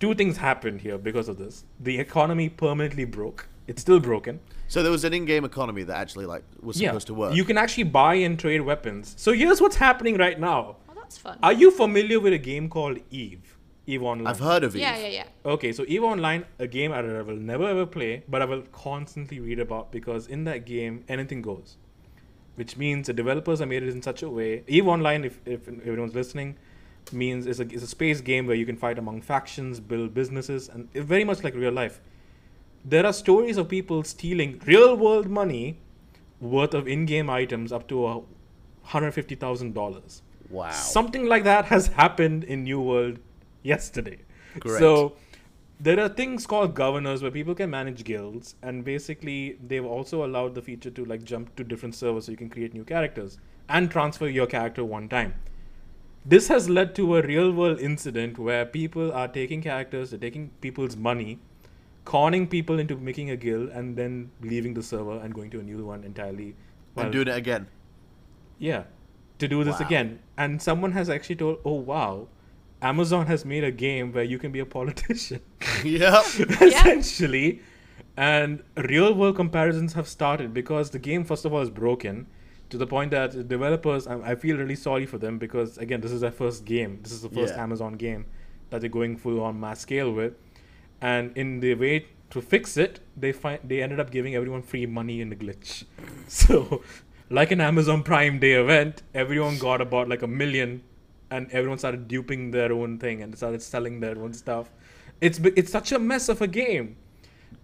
C: Two things happened here because of this. The economy permanently broke. It's still broken.
A: So there was an in-game economy that actually like was supposed to work.
C: You can actually buy and trade weapons. So here's what's happening right now.
B: Well, that's fun.
C: Are you familiar with a game called Eve? Eve Online.
A: I've heard of it.
B: yeah, yeah, yeah.
C: Okay, so Eve Online, a game I will never ever play, but I will constantly read about because in that game anything goes, which means the developers have made it in such a way. Eve Online, if, if everyone's listening, means it's a it's a space game where you can fight among factions, build businesses, and it's very much like real life. There are stories of people stealing real world money worth of in-game items up to a hundred fifty thousand dollars.
A: Wow.
C: Something like that has happened in New World yesterday.
A: Correct.
C: So there are things called governors where people can manage guilds, and basically they've also allowed the feature to like jump to different servers so you can create new characters and transfer your character one time. This has led to a real world incident where people are taking characters, they're taking people's money, conning people into making a guild, and then leaving the server and going to a new one entirely.
A: and doing it again.
C: Yeah. to do this
A: Wow.
C: again. And someone has actually told, oh, wow, Amazon has made a game where you can be a politician,
A: yep.
C: essentially. And real world comparisons have started because the game, first of all, is broken to the point that the developers, I, I feel really sorry for them because, again, this is their first game. This is the first
A: Yeah.
C: Amazon game that they're going full on mass scale with. And in the way to fix it, they find they ended up giving everyone free money in a glitch. So, like an Amazon Prime Day event, everyone got about like a million, and everyone started duping their own thing and started selling their own stuff. It's be- it's such a mess of a game,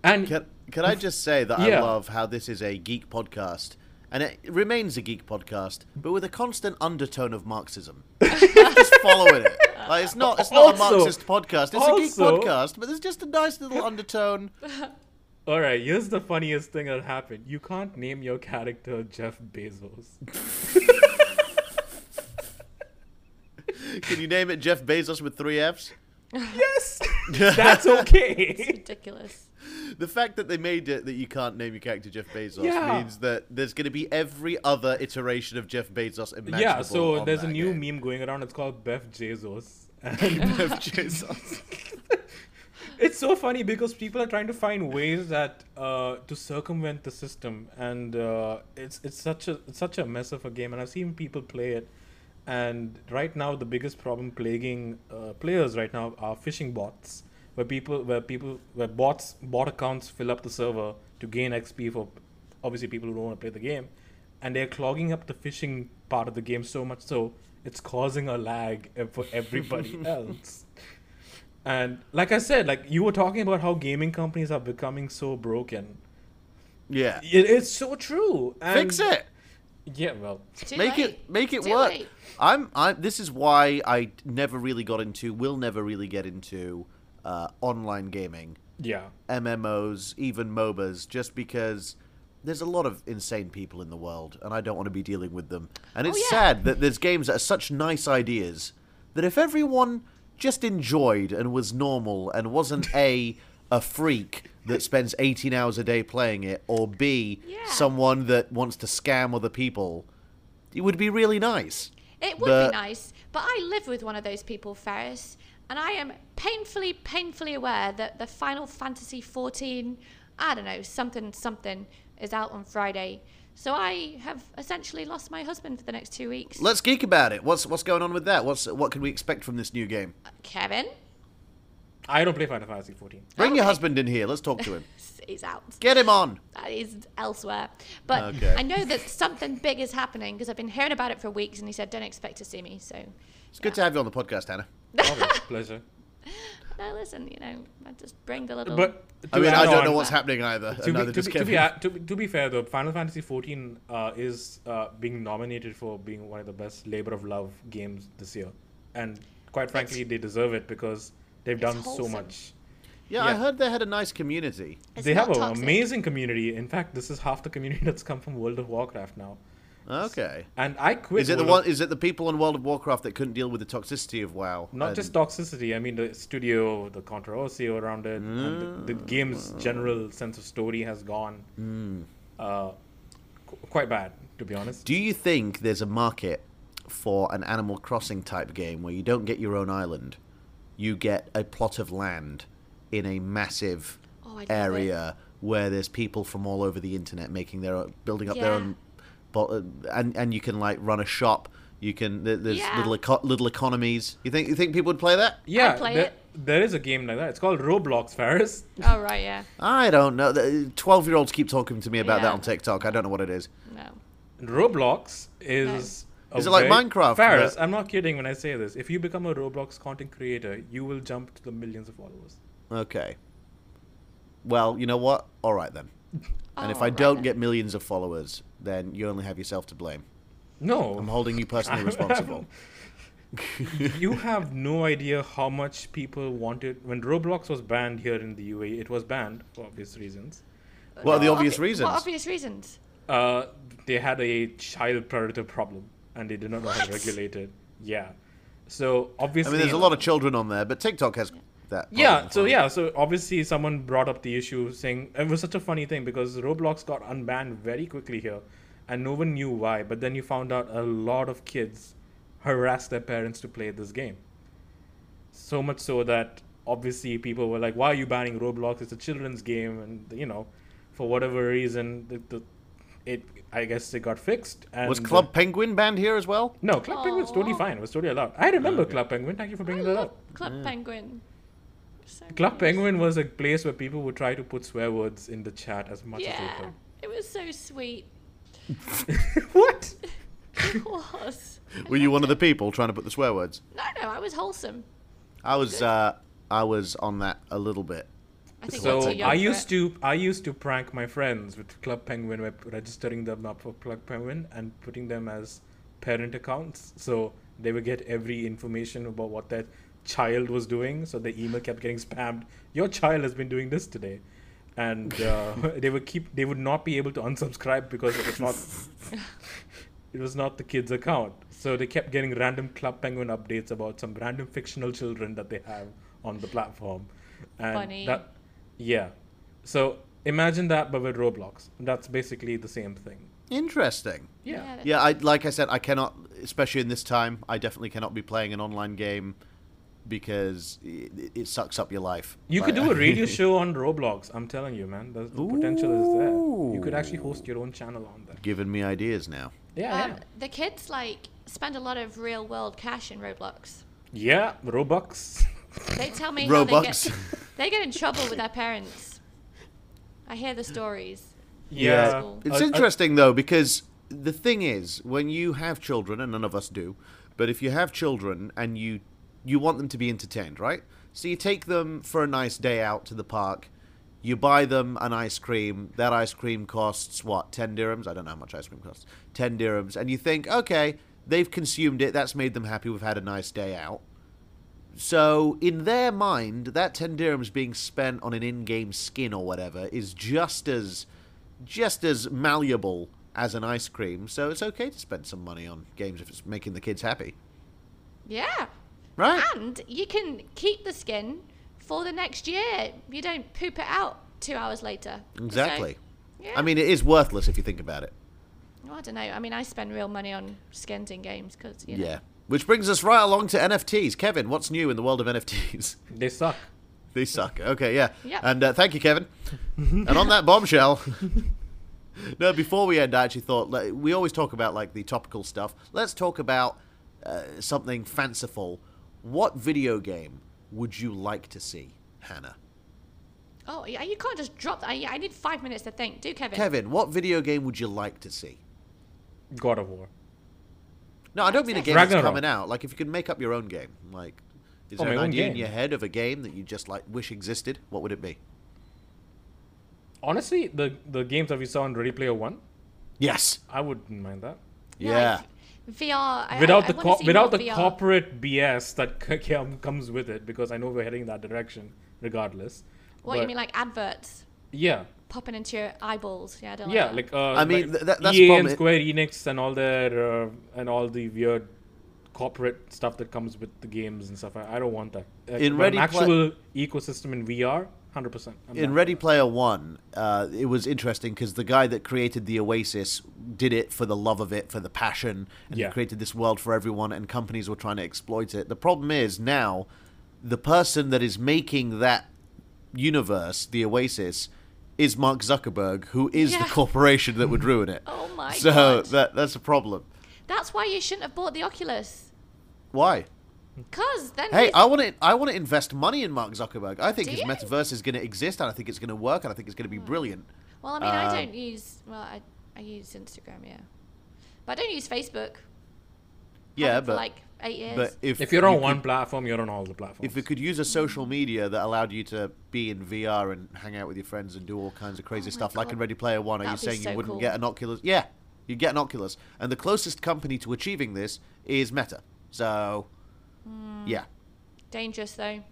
C: and
A: Can, can I just say that I
C: Yeah.
A: love how this is a geek podcast, and it remains a geek podcast, but with a constant undertone of Marxism. I'm just following it. Like it's not it's not a
C: Also-
A: Marxist podcast. It's a geek
C: also-
A: podcast, but there's just a nice little undertone.
C: all right, here's the funniest thing that happened. You can't name your character Jeff Bezos.
A: Can you name it Jeff Bezos with three Fs?
C: yes, that's okay.
B: Ridiculous.
A: The fact that they made it that you can't name your character Jeff Bezos
C: Yeah.
A: means that there's going to be every other iteration of Jeff Bezos imaginable.
C: yeah, so
A: on
C: there's a
A: that
C: new
A: game.
C: meme going around. It's called Bev Jesus. And
A: Jeff Bezos.
C: it's so funny because people are trying to find ways that uh, to circumvent the system, and uh, it's it's such a it's such a mess of a game. And I've seen people play it, and right now the biggest problem plaguing uh, players right now are phishing bots, where people where people where bots bot accounts fill up the server to gain XP for obviously people who don't want to play the game, and they're clogging up the phishing part of the game so much so it's causing a lag uh, for everybody else. And like I said, like you were talking about how gaming companies are becoming so broken.
A: Yeah.
C: It is so true. And
A: Fix it.
C: Yeah, well,
B: It's too
A: make
B: late.
A: it make it
B: Too
A: work.
B: late.
A: I'm I'm this is why I never really got into will never really get into uh, online gaming,
C: yeah,
A: MMOs, even MOBAs just because there's a lot of insane people in the world and I don't want to be dealing with them. And it's
B: Oh, yeah.
A: sad that there's games that are such nice ideas that if everyone just enjoyed and was normal and wasn't a a freak that spends 18 hours a day playing it or B
B: Yeah.
A: someone that wants to scam other people it would be really nice.
B: It would
A: But-
B: be nice, but I live with one of those people, Ferris, and I am painfully, painfully aware that the Final Fantasy 14, I don't know, something, something, is out on Friday. So I have essentially lost my husband for the next two weeks.
A: Let's geek about it. What's what's going on with that? What's what can we expect from this new game?
B: Kevin,
C: I don't play Final Fantasy 14.
A: Bring your
B: Okay.
A: husband in here. Let's talk to him.
B: he's out.
A: Get him on.
B: That is elsewhere. But
A: Okay.
B: I know that something big is happening because I've been hearing about it for weeks, and he said, don't expect to see me. So,
A: It's good to have you on the podcast, Hannah.
C: Always pleasure.
B: no, listen, you know, I just bring the little.
C: But
A: I mean, I
C: add
A: don't
C: on-
A: know what's happening either.
C: To
A: and
C: be,
A: neither
C: to,
A: does
C: be, to, be,
A: Kevin.
C: to, be, to be fair, though, Final Fantasy 14 uh, is uh, being nominated for being one of the best labor of love games this year, and quite frankly, they deserve it because they've done so
B: wholesome.
C: much.
A: yeah, I
C: yeah.
A: heard they had a nice community.
B: it's
C: they have
B: not
C: an
B: toxic.
C: amazing community. In fact, this is half the community that's come from World of Warcraft now.
A: Okay.
C: And I quit.
A: Is it the
C: World
A: one?
C: of-
A: Is it the people in World of Warcraft that couldn't deal with the toxicity of WoW?
C: Not
A: and-
C: just toxicity. I mean, the studio, the controversy around it, and the,
A: Mm.
C: the game's general sense of story has gone uh, qu- quite bad, to be honest.
A: Do you think there's a market for an Animal Crossing type game where you don't get your own island, you get a plot of land in a massive
B: Oh, I'd love it.
A: area where there's people from all over the internet making their own, building up their
B: Yeah.
A: own, bo- uh, and and you can like run a shop. You can there- there's
B: Yeah.
A: little eco- little economies. You think you think people would play that?
C: Yeah,
B: play
C: there,
B: it.
C: there is a game like that. It's called Roblox, Ferris.
B: Oh, right, yeah.
A: I don't know. Twelve year olds keep talking to me about that
B: Yeah.
A: on TikTok. I don't know what it is.
B: No.
C: Roblox is. a
A: Is it like
C: very-
A: Minecraft,
C: Ferris,
A: but-
C: I'm not kidding when I say this. If you become a Roblox content creator, you will jump to the millions of followers.
A: Okay. Well, you know what? All right then. And if
B: Oh,
A: I
B: right
A: don't
B: then.
A: get millions of followers, then you only have yourself to blame.
C: No.
A: I'm holding you personally responsible.
C: you have no idea how much people wanted when Roblox was banned here in the UAE. It was banned for obvious reasons.
A: What are the
B: What
A: obvious
B: obvi-
A: reasons?
B: What obvious reasons?
C: Uh, they had a child predator problem, and they did not know how to
B: What?
C: regulate it. Yeah, so
A: I
C: obviously,
A: mean, there's a lot of children on there, but TikTok has that.
C: Yeah,
A: problem
C: so
A: for it.
C: yeah, so obviously someone brought up the issue saying it was such a funny thing because Roblox got unbanned very quickly here, and no one knew why. But then you found out a lot of kids harassed their parents to play this game. So much so that obviously people were like, "Why are you banning Roblox? It's a children's game," and you know, for whatever reason, the, the, it I guess it got fixed. And uh,
A: Was Club Penguin banned here as well?
C: No, Club Penguin was totally
B: Aw.
C: fine. It was totally allowed. I
A: Oh,
C: remember
A: Okay.
C: Club Penguin. Thank you for
B: I
C: bringing that
B: love
C: up.
B: Club Penguin. So
C: Club
B: good.
C: Penguin was a place where people would try to put swear words in the chat as much as they
B: Yeah,
C: could.
B: it was so sweet.
C: what?
B: It was.
A: Were you one of the people trying to put the swear words?
B: No, no, I was wholesome.
A: I was, uh, I was on that a little bit.
B: I think
C: So
B: we're too young
C: I
B: for
C: used
B: it.
C: to I used to prank my friends with Club Penguin by registering them up for Club Penguin and putting them as parent accounts. So they would get every information about what their child was doing. So the email kept getting spammed. Your child has been doing this today, and uh, they would keep they would not be able to unsubscribe because it was not it was not the kid's account. So they kept getting random Club Penguin updates about some random fictional children that they have on the platform. And
B: Funny.
C: That, yeah. So imagine that, but with Roblox. That's basically the same thing.
A: Interesting.
C: Yeah.
B: Yeah.
A: Yeah, I like I said, I cannot, especially in this time, I definitely cannot be playing an online game because it, it sucks up your life.
C: You could
A: Like-
C: do a radio show on Roblox. I'm telling you, man. The, the potential is there. You could actually
A: Ooh.
C: host your own channel on there.
A: Giving me ideas now.
C: Yeah,
B: Um, the kids like spend a lot of real world cash in Roblox.
C: yeah. Yeah, Robux.
B: They tell me how they
A: Robux.
B: get they get in trouble with their parents. I hear the stories.
C: yeah. Uh,
B: Cool.
A: It's
C: A- a-
A: interesting though because the thing is, when you have children, and none of us do, but if you have children and you you want them to be entertained, right? So you take them for a nice day out to the park. You buy them an ice cream. That ice cream costs what? Ten dirhams. I don't know how much ice cream costs. Ten dirhams, and you think, okay, they've consumed it. That's made them happy. We've had a nice day out. So in their mind, that ten dirhams being spent on an in-game skin or whatever is just as just as malleable as an ice cream. So it's okay to spend some money on games if it's making the kids happy,
B: Yeah.
A: right?
B: And you can keep the skin for the next year. You don't poop it out two hours later. So,
A: Exactly.
B: yeah.
A: I mean, it is worthless if you think about it.
B: Well, I don't know. I mean, I spend real money on skins in games because you know.
A: Yeah. Which brings us right along to NFTs. Kevin, what's new in the world of NFTs?
C: They suck.
A: they suck. Okay, yeah.
B: Yep.
A: And uh, thank you, Kevin. and on that bombshell. no, before we end, I actually thought like, we always talk about like the topical stuff. Let's talk about uh, something fanciful. What video game would you like to see, Hannah?
B: Oh, yeah, you can't just drop that. I, I need five minutes to think. Do Kevin.
A: Kevin, what video game would you like to see?
C: God of War.
A: No, I don't mean a game that's
C: Ragnarok.
A: coming out. Like if you could make up your own game, like is
C: Oh,
A: there an
C: my own
A: idea in
C: game.
A: your head of a game that you just like wish existed? What would it be?
C: Honestly, the the games that we saw on Ready Player One,
A: Yes.
C: I wouldn't mind that.
B: No,
A: Yeah.
B: v- VR. I,
C: without
B: I, I
C: the
B: wanna
C: cor-
B: see
C: without
B: more
C: the
B: VR.
C: corporate BS that c- com- comes with it, because I know we're heading that direction regardless.
B: What
C: But-
B: you mean, like adverts
C: Yeah,
B: popping into your eyeballs? Yeah, I don't.
C: yeah,
B: like,
C: like uh,
A: I mean,
C: like
A: th- that- that's
C: EA
A: problem.
C: and Square Enix and all their uh, and all the weird corporate stuff that comes with the games and stuff. I, I don't want that. Uh,
A: In
C: but
A: Ready
C: an
A: Pla-
C: actual ecosystem in VR, hundred percent.
A: in Ready Player One, uh, it was interesting because the guy that created the Oasis did it for the love of it, for the passion, and
C: Yeah.
A: he created this world for everyone, and companies were trying to exploit it. The problem is now, the person that is making that universe, the Oasis, is Mark Zuckerberg, who is the
B: Yeah.
A: corporation that would ruin it.
B: Oh my
A: so
B: God.
A: that that's a problem.
B: that's why you shouldn't have bought the Oculus.
A: Why?
B: Cause then
A: Hey,
B: he's-
A: I want to. I want to invest money in Mark Zuckerberg. I think
B: Do
A: his
B: you?
A: metaverse is going to exist, and I think it's going to work, and I think it's going to be brilliant.
B: well, I mean, I
A: uh,
B: don't use. Well, I I use Instagram, yeah, but I don't use Facebook.
A: Yeah,
B: Haven't for
A: but
B: like eight years.
A: But if
C: if you're on
A: you
C: one
A: could-
C: platform, you're on all the platforms.
A: if you could use a social media that allowed you to be in VR and hang out with your friends and do all kinds of crazy
B: Oh my
A: stuff, like in
B: God.
A: Ready Player One, are you
B: That'd be
A: saying
B: so
A: you wouldn't
B: cool.
A: get an Oculus? Yeah, you get an Oculus, and the closest company to achieving this is Meta. So,
B: Hmm.
A: yeah,
B: Dangerous though.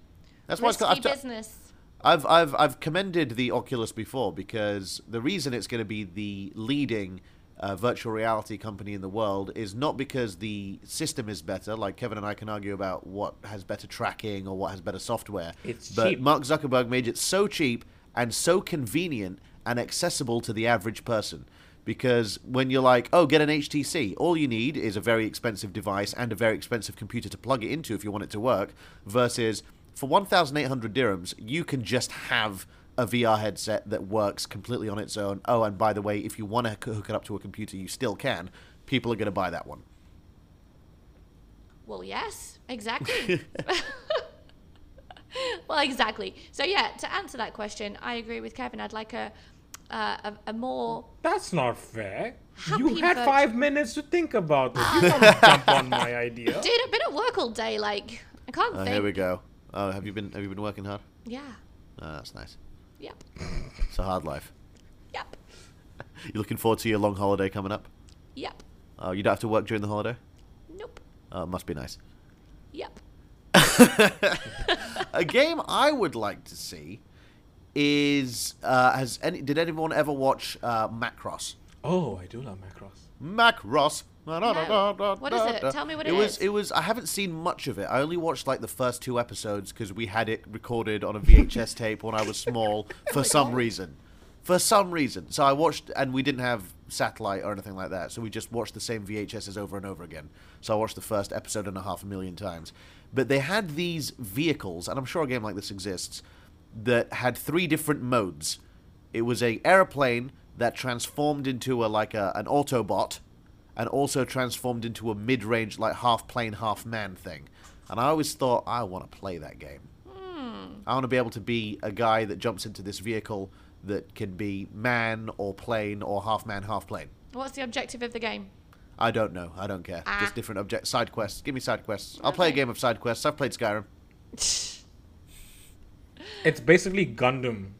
A: that's why it's
B: Risky
A: called. I've, t-
B: business.
A: I've I've I've commended the Oculus before because the reason it's going to be the leading uh, virtual reality company in the world is not because the system is better. Like Kevin and I can argue about what has better tracking or what has better software.
C: It's
A: but
C: cheap.
A: Mark Zuckerberg made it so cheap and so convenient and accessible to the average person. because when you're like, oh, get an HTC, all you need is a very expensive device and a very expensive computer to plug it into if you want it to work, versus for 1,800 dirhams, you can just have a VR headset that works completely on its own. Oh, and by the way, if you want to hook it up to a computer, you still can. People are going to buy that one.
B: Well, yes, exactly. well, exactly. So yeah, to answer that question, I agree with Kevin. I'd like a uh, a, a more
C: That's not fair.
B: Happy
C: you had
B: but-
C: five minutes to think about this. You can't jump on my idea.
B: dude. I've been at work all day. Like I can't
A: Oh,
B: think.
A: here we go. Oh, have you been have you been working hard?
B: Yeah.
A: Oh, that's nice.
B: Yep.
A: It's a hard life.
B: Yep.
A: You looking forward to your long holiday coming up?
B: Yep.
A: Oh, you don't have to work during the holiday?
B: Nope.
A: Oh, it must be nice.
B: Yep.
A: a game I would like to see is uh, has any did anyone ever watch uh, Macross?
C: Oh, I do love Macross.
A: Macross.
B: What is it? Tell me what it
A: was,
B: is.
A: It was. I haven't seen much of it. I only watched like the first two episodes because we had it recorded on a VHS tape when I was small for some reason. For some reason, so I watched, and we didn't have satellite or anything like that, so we just watched the same VHSs over and over again. So I watched the first episode and a half a million times. But they had these vehicles, and I'm sure a game like this exists, that had three different modes. It was a airplane that transformed into a like a, an Autobot, and also transformed into a mid-range like half plane half man thing and i always thought i want to play that game
B: Hmm.
A: i want to be able to be a guy that jumps into this vehicle that can be man or plane or half man half plane
B: What's the objective of the game?
A: i don't know i don't care
B: Ah.
A: just different object side quests give me side quests i'll play a
B: Okay.
A: game of side quests i've played skyrim
C: It's basically Gundam.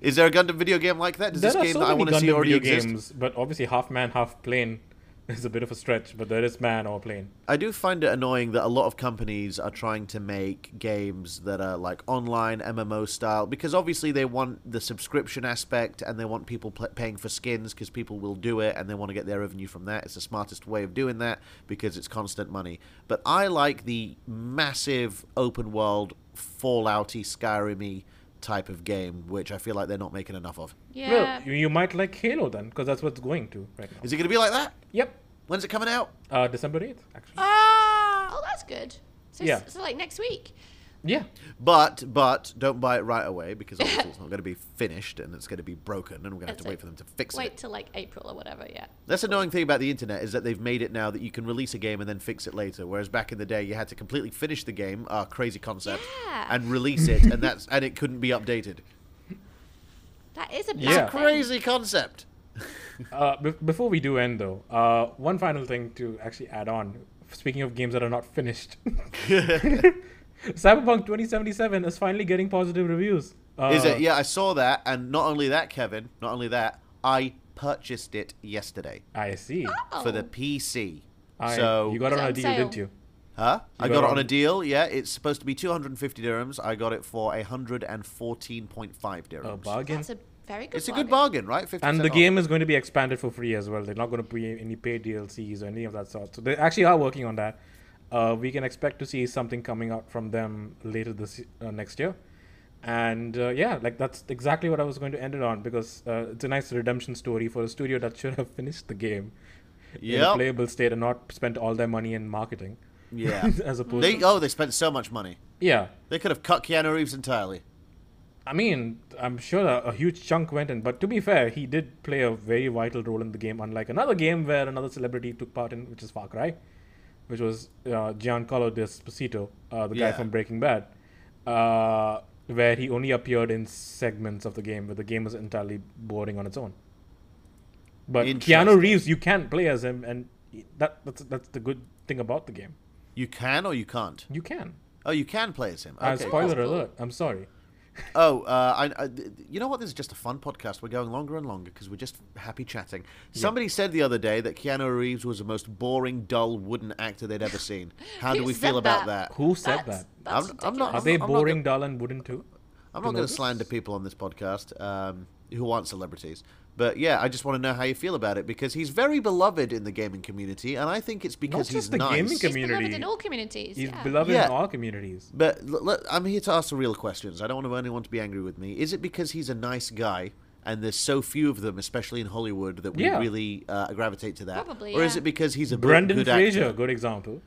A: is there a gundam video game like that does
C: there
A: this
C: are
A: game
C: so
A: that i
C: many
A: want to see
C: Gundam
A: already
C: video
A: exist
C: games, but obviously half man, half plane is a bit of a stretch. But there is man or plane.
A: I do find it annoying that a lot of companies are trying to make games that are like online MMO style because obviously they want the subscription aspect and they want people pl- paying for skins because people will do it and they want to get their revenue from that. It's the smartest way of doing that because it's constant money. But I like the massive open world Fallouty Skyrim type of game which I feel like they're not making enough of.
B: Yeah.
C: Well, you, you might like Halo then, because that's what's going to right now.
A: Is it going to be like that?
C: Yep.
A: When's it coming out?
C: Uh, December eighth, actually.
B: oh, that's good. So,
C: Yeah.
B: so like next week.
C: yeah.
A: But but don't buy it right away because obviously it's not going to be finished and it's going to be broken and we're going to have
B: That's
A: to wait
B: it.
A: for them to fix
B: Wait
A: it.
B: till like April or whatever. Yeah.
A: That's the annoying thing about the internet is that they've made it now that you can release a game and then fix it later. Whereas back in the day, you had to completely finish the game, uh, crazy concept,
B: Yeah.
A: and release it, and that's and it couldn't be updated.
B: That is a bad
C: Yeah.
B: thing.
A: Crazy concept.
C: Uh, be- before we do end though, uh, one final thing to actually add on. Speaking of games that are not finished, Cyberpunk 2077 is finally getting positive reviews. Uh,
A: is it? Yeah, I saw that, and not only that, Kevin. Not only that, I purchased it yesterday
C: I see.
A: for the
B: Oh.
A: PC.
C: I,
A: so
C: you got
B: It's
C: it on a
B: on
C: deal,
B: sale.
C: didn't you?
A: Huh? I
C: got
A: got it
C: it
A: on
C: on-
A: a deal. Yeah, it's supposed to be 250 dirhams. I got it for 114.5 dirhams.
C: A bargain.
B: That's a very good.
A: It's a good bargain, right? 50
C: And the game is going to be expanded for free as well. They're not going to be any paid DLCs or any of that sort. So they actually are working on that. Uh, we can expect to see something coming out from them later this uh, next year. And uh, yeah, like that's exactly what I was going to end it on because uh, it's a nice redemption story for a studio that should have finished the game in a
A: Yep.
C: playable state and not spent all their money in marketing.
A: Yeah.
C: as opposed
A: They,
C: to
A: oh, they spent so much money.
C: yeah.
A: They could have cut Keanu Reeves entirely.
C: I mean, I'm sure a, a huge chunk went in, but to be fair, he did play a very vital role in the game, unlike another game where another celebrity took part in, which is Far Cry, which was uh, Giancarlo Esposito, uh, the
A: Yeah.
C: guy from Breaking Bad, uh, where he only appeared in segments of the game, where the game was entirely boring on its own. But Keanu
A: Interesting.
C: Reeves, you can play as him, and that, that's that's the good thing about the game.
A: You can or you can't.
C: You can.
A: Oh, you can play as him.
C: Uh,
A: Okay.
C: spoiler
B: cool.
C: alert. I'm sorry.
A: Oh, uh, I, I, th- you know what? This is just a fun podcast. We're going longer and longer because we're just happy chatting. Somebody said the other day that Keanu Reeves was the most boring, dull, wooden actor they'd ever seen. How do
B: Who
A: we
B: said
A: feel about
B: that?
A: that?
C: Who said
B: That's-
C: that?
A: I'm-
B: that's
A: I'm
B: ridiculous.
A: not-
C: Are they
A: not
C: boring, dull, and wooden too?
A: I'm not going to
C: notice?
A: slander people on this podcast um, who aren't celebrities. But yeah, I just want to know how you feel about it because he's very beloved in the gaming community, and I think it's because
C: just
A: he's
C: the
A: nice.
C: gaming
B: He's beloved in
C: community.
B: all communities.
C: He's
B: yeah.
C: beloved
A: Yeah.
C: in all communities.
A: But l- l- I'm here to ask the real questions. I don't want anyone to be angry with me. Is it because he's a nice guy and there's so few of them, especially in Hollywood, that we
C: Yeah.
A: really uh, gravitate to that.
B: Probably,
A: or is
B: yeah.
A: it because he's a
C: Brendan
A: good
C: Fraser,
A: actor?
C: good example.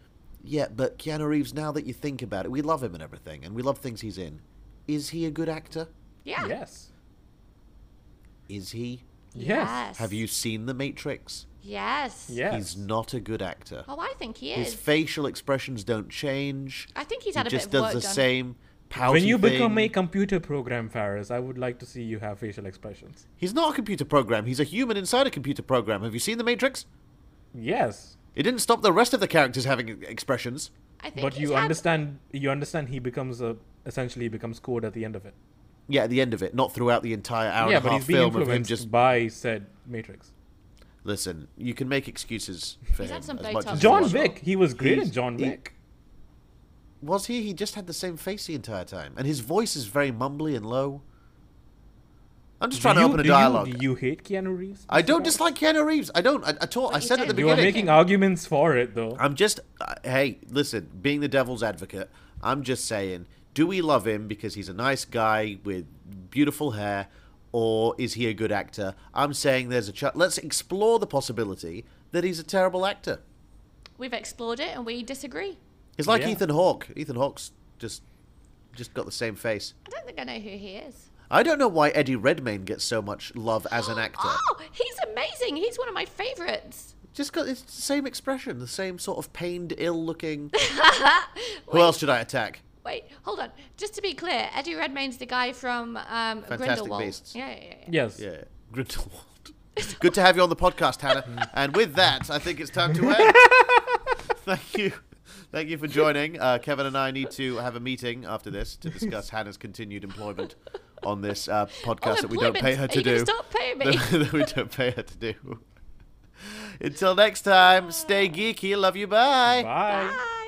A: Yeah, but Keanu Reeves. Now that you think about it, we love him and everything, and we love things he's in. Is he a good actor?
B: Yeah.
C: Yes.
A: Is he?
C: Yes.
A: Have you seen The Matrix?
B: Yes.
C: Yes.
A: He's not a good actor.
B: Oh, I think he
A: His
B: is.
A: facial expressions don't change.
B: I think he's had a
A: he
B: bit
A: just
B: of
A: does
B: work
A: the
B: done.
A: same pouty
C: when you
A: thing.
C: become a computer program, Faris, I would like to see you have facial expressions.
A: He's not a computer program. He's a human inside a computer program. Have you seen The Matrix?
C: Yes.
A: It didn't stop the rest of the characters having expressions.
B: I think
C: But
B: he's
C: you
B: had-
C: understand you understand he becomes a essentially becomes code at the end of it.
A: Yeah, at the end of it, not throughout the entire hour
C: yeah,
A: and a
C: but
A: half
C: he's being
A: film of him
C: influenced
A: just
C: by said Matrix.
A: listen. You can make excuses for
B: He's
A: him
B: had some
A: as much
B: Botox
A: as you
C: John
A: want.
B: Sure.
C: Wick, he was great
A: He's-
C: in John
A: he-
C: Wick.
A: Was he? He just had the same face the entire time, and his voice is very mumbly and low. I'm just trying
C: Do
A: to
C: you-
A: open a
C: do you-
A: dialogue.
C: do you hate Keanu Reeves?
A: I
C: Mr.
A: don't
C: Faris?
A: dislike Keanu Reeves. I don't I, at all.
B: But
A: I
B: you
A: said at
B: don't.
A: the
C: You are
A: beginning.
C: making arguments for it though.
A: I'm just, uh, hey, listen, being the devil's advocate, I'm just saying, do we love him because he's a nice guy with beautiful hair, or is he a good actor? I'm saying there's a chance. Let's explore the possibility that he's a terrible actor.
B: We've explored it and we disagree.
A: It's like
C: Yeah.
A: Ethan Hawke. Ethan Hawke's just, just got the same face.
B: I don't think I know who he is.
A: I don't know why Eddie Redmayne gets so much love as an actor.
B: Oh, he's amazing. He's one of my favorites.
A: Just got it's the same expression, the same sort of pained, ill-looking. Who else should I attack?
B: Wait, hold on. Just to be clear, Eddie Redmayne's the guy from um, Grindelwald.
A: Beasts.
B: Yeah, yeah, yeah.
C: Yes.
A: Yeah, Grindelwald. Good to have you on the podcast, Hannah. and with that, I think it's time to end. Thank you. Thank you for joining. Uh, Kevin and I need to have a meeting after this to discuss Hannah's continued employment on this uh,
B: Oh,
A: podcast that we don't pay her
B: employment. Are
A: to
B: you gonna
A: do.
B: Stop paying me.
A: that we don't pay her to do. Until next time, stay geeky. Love you. Bye.
C: Bye.
B: Bye.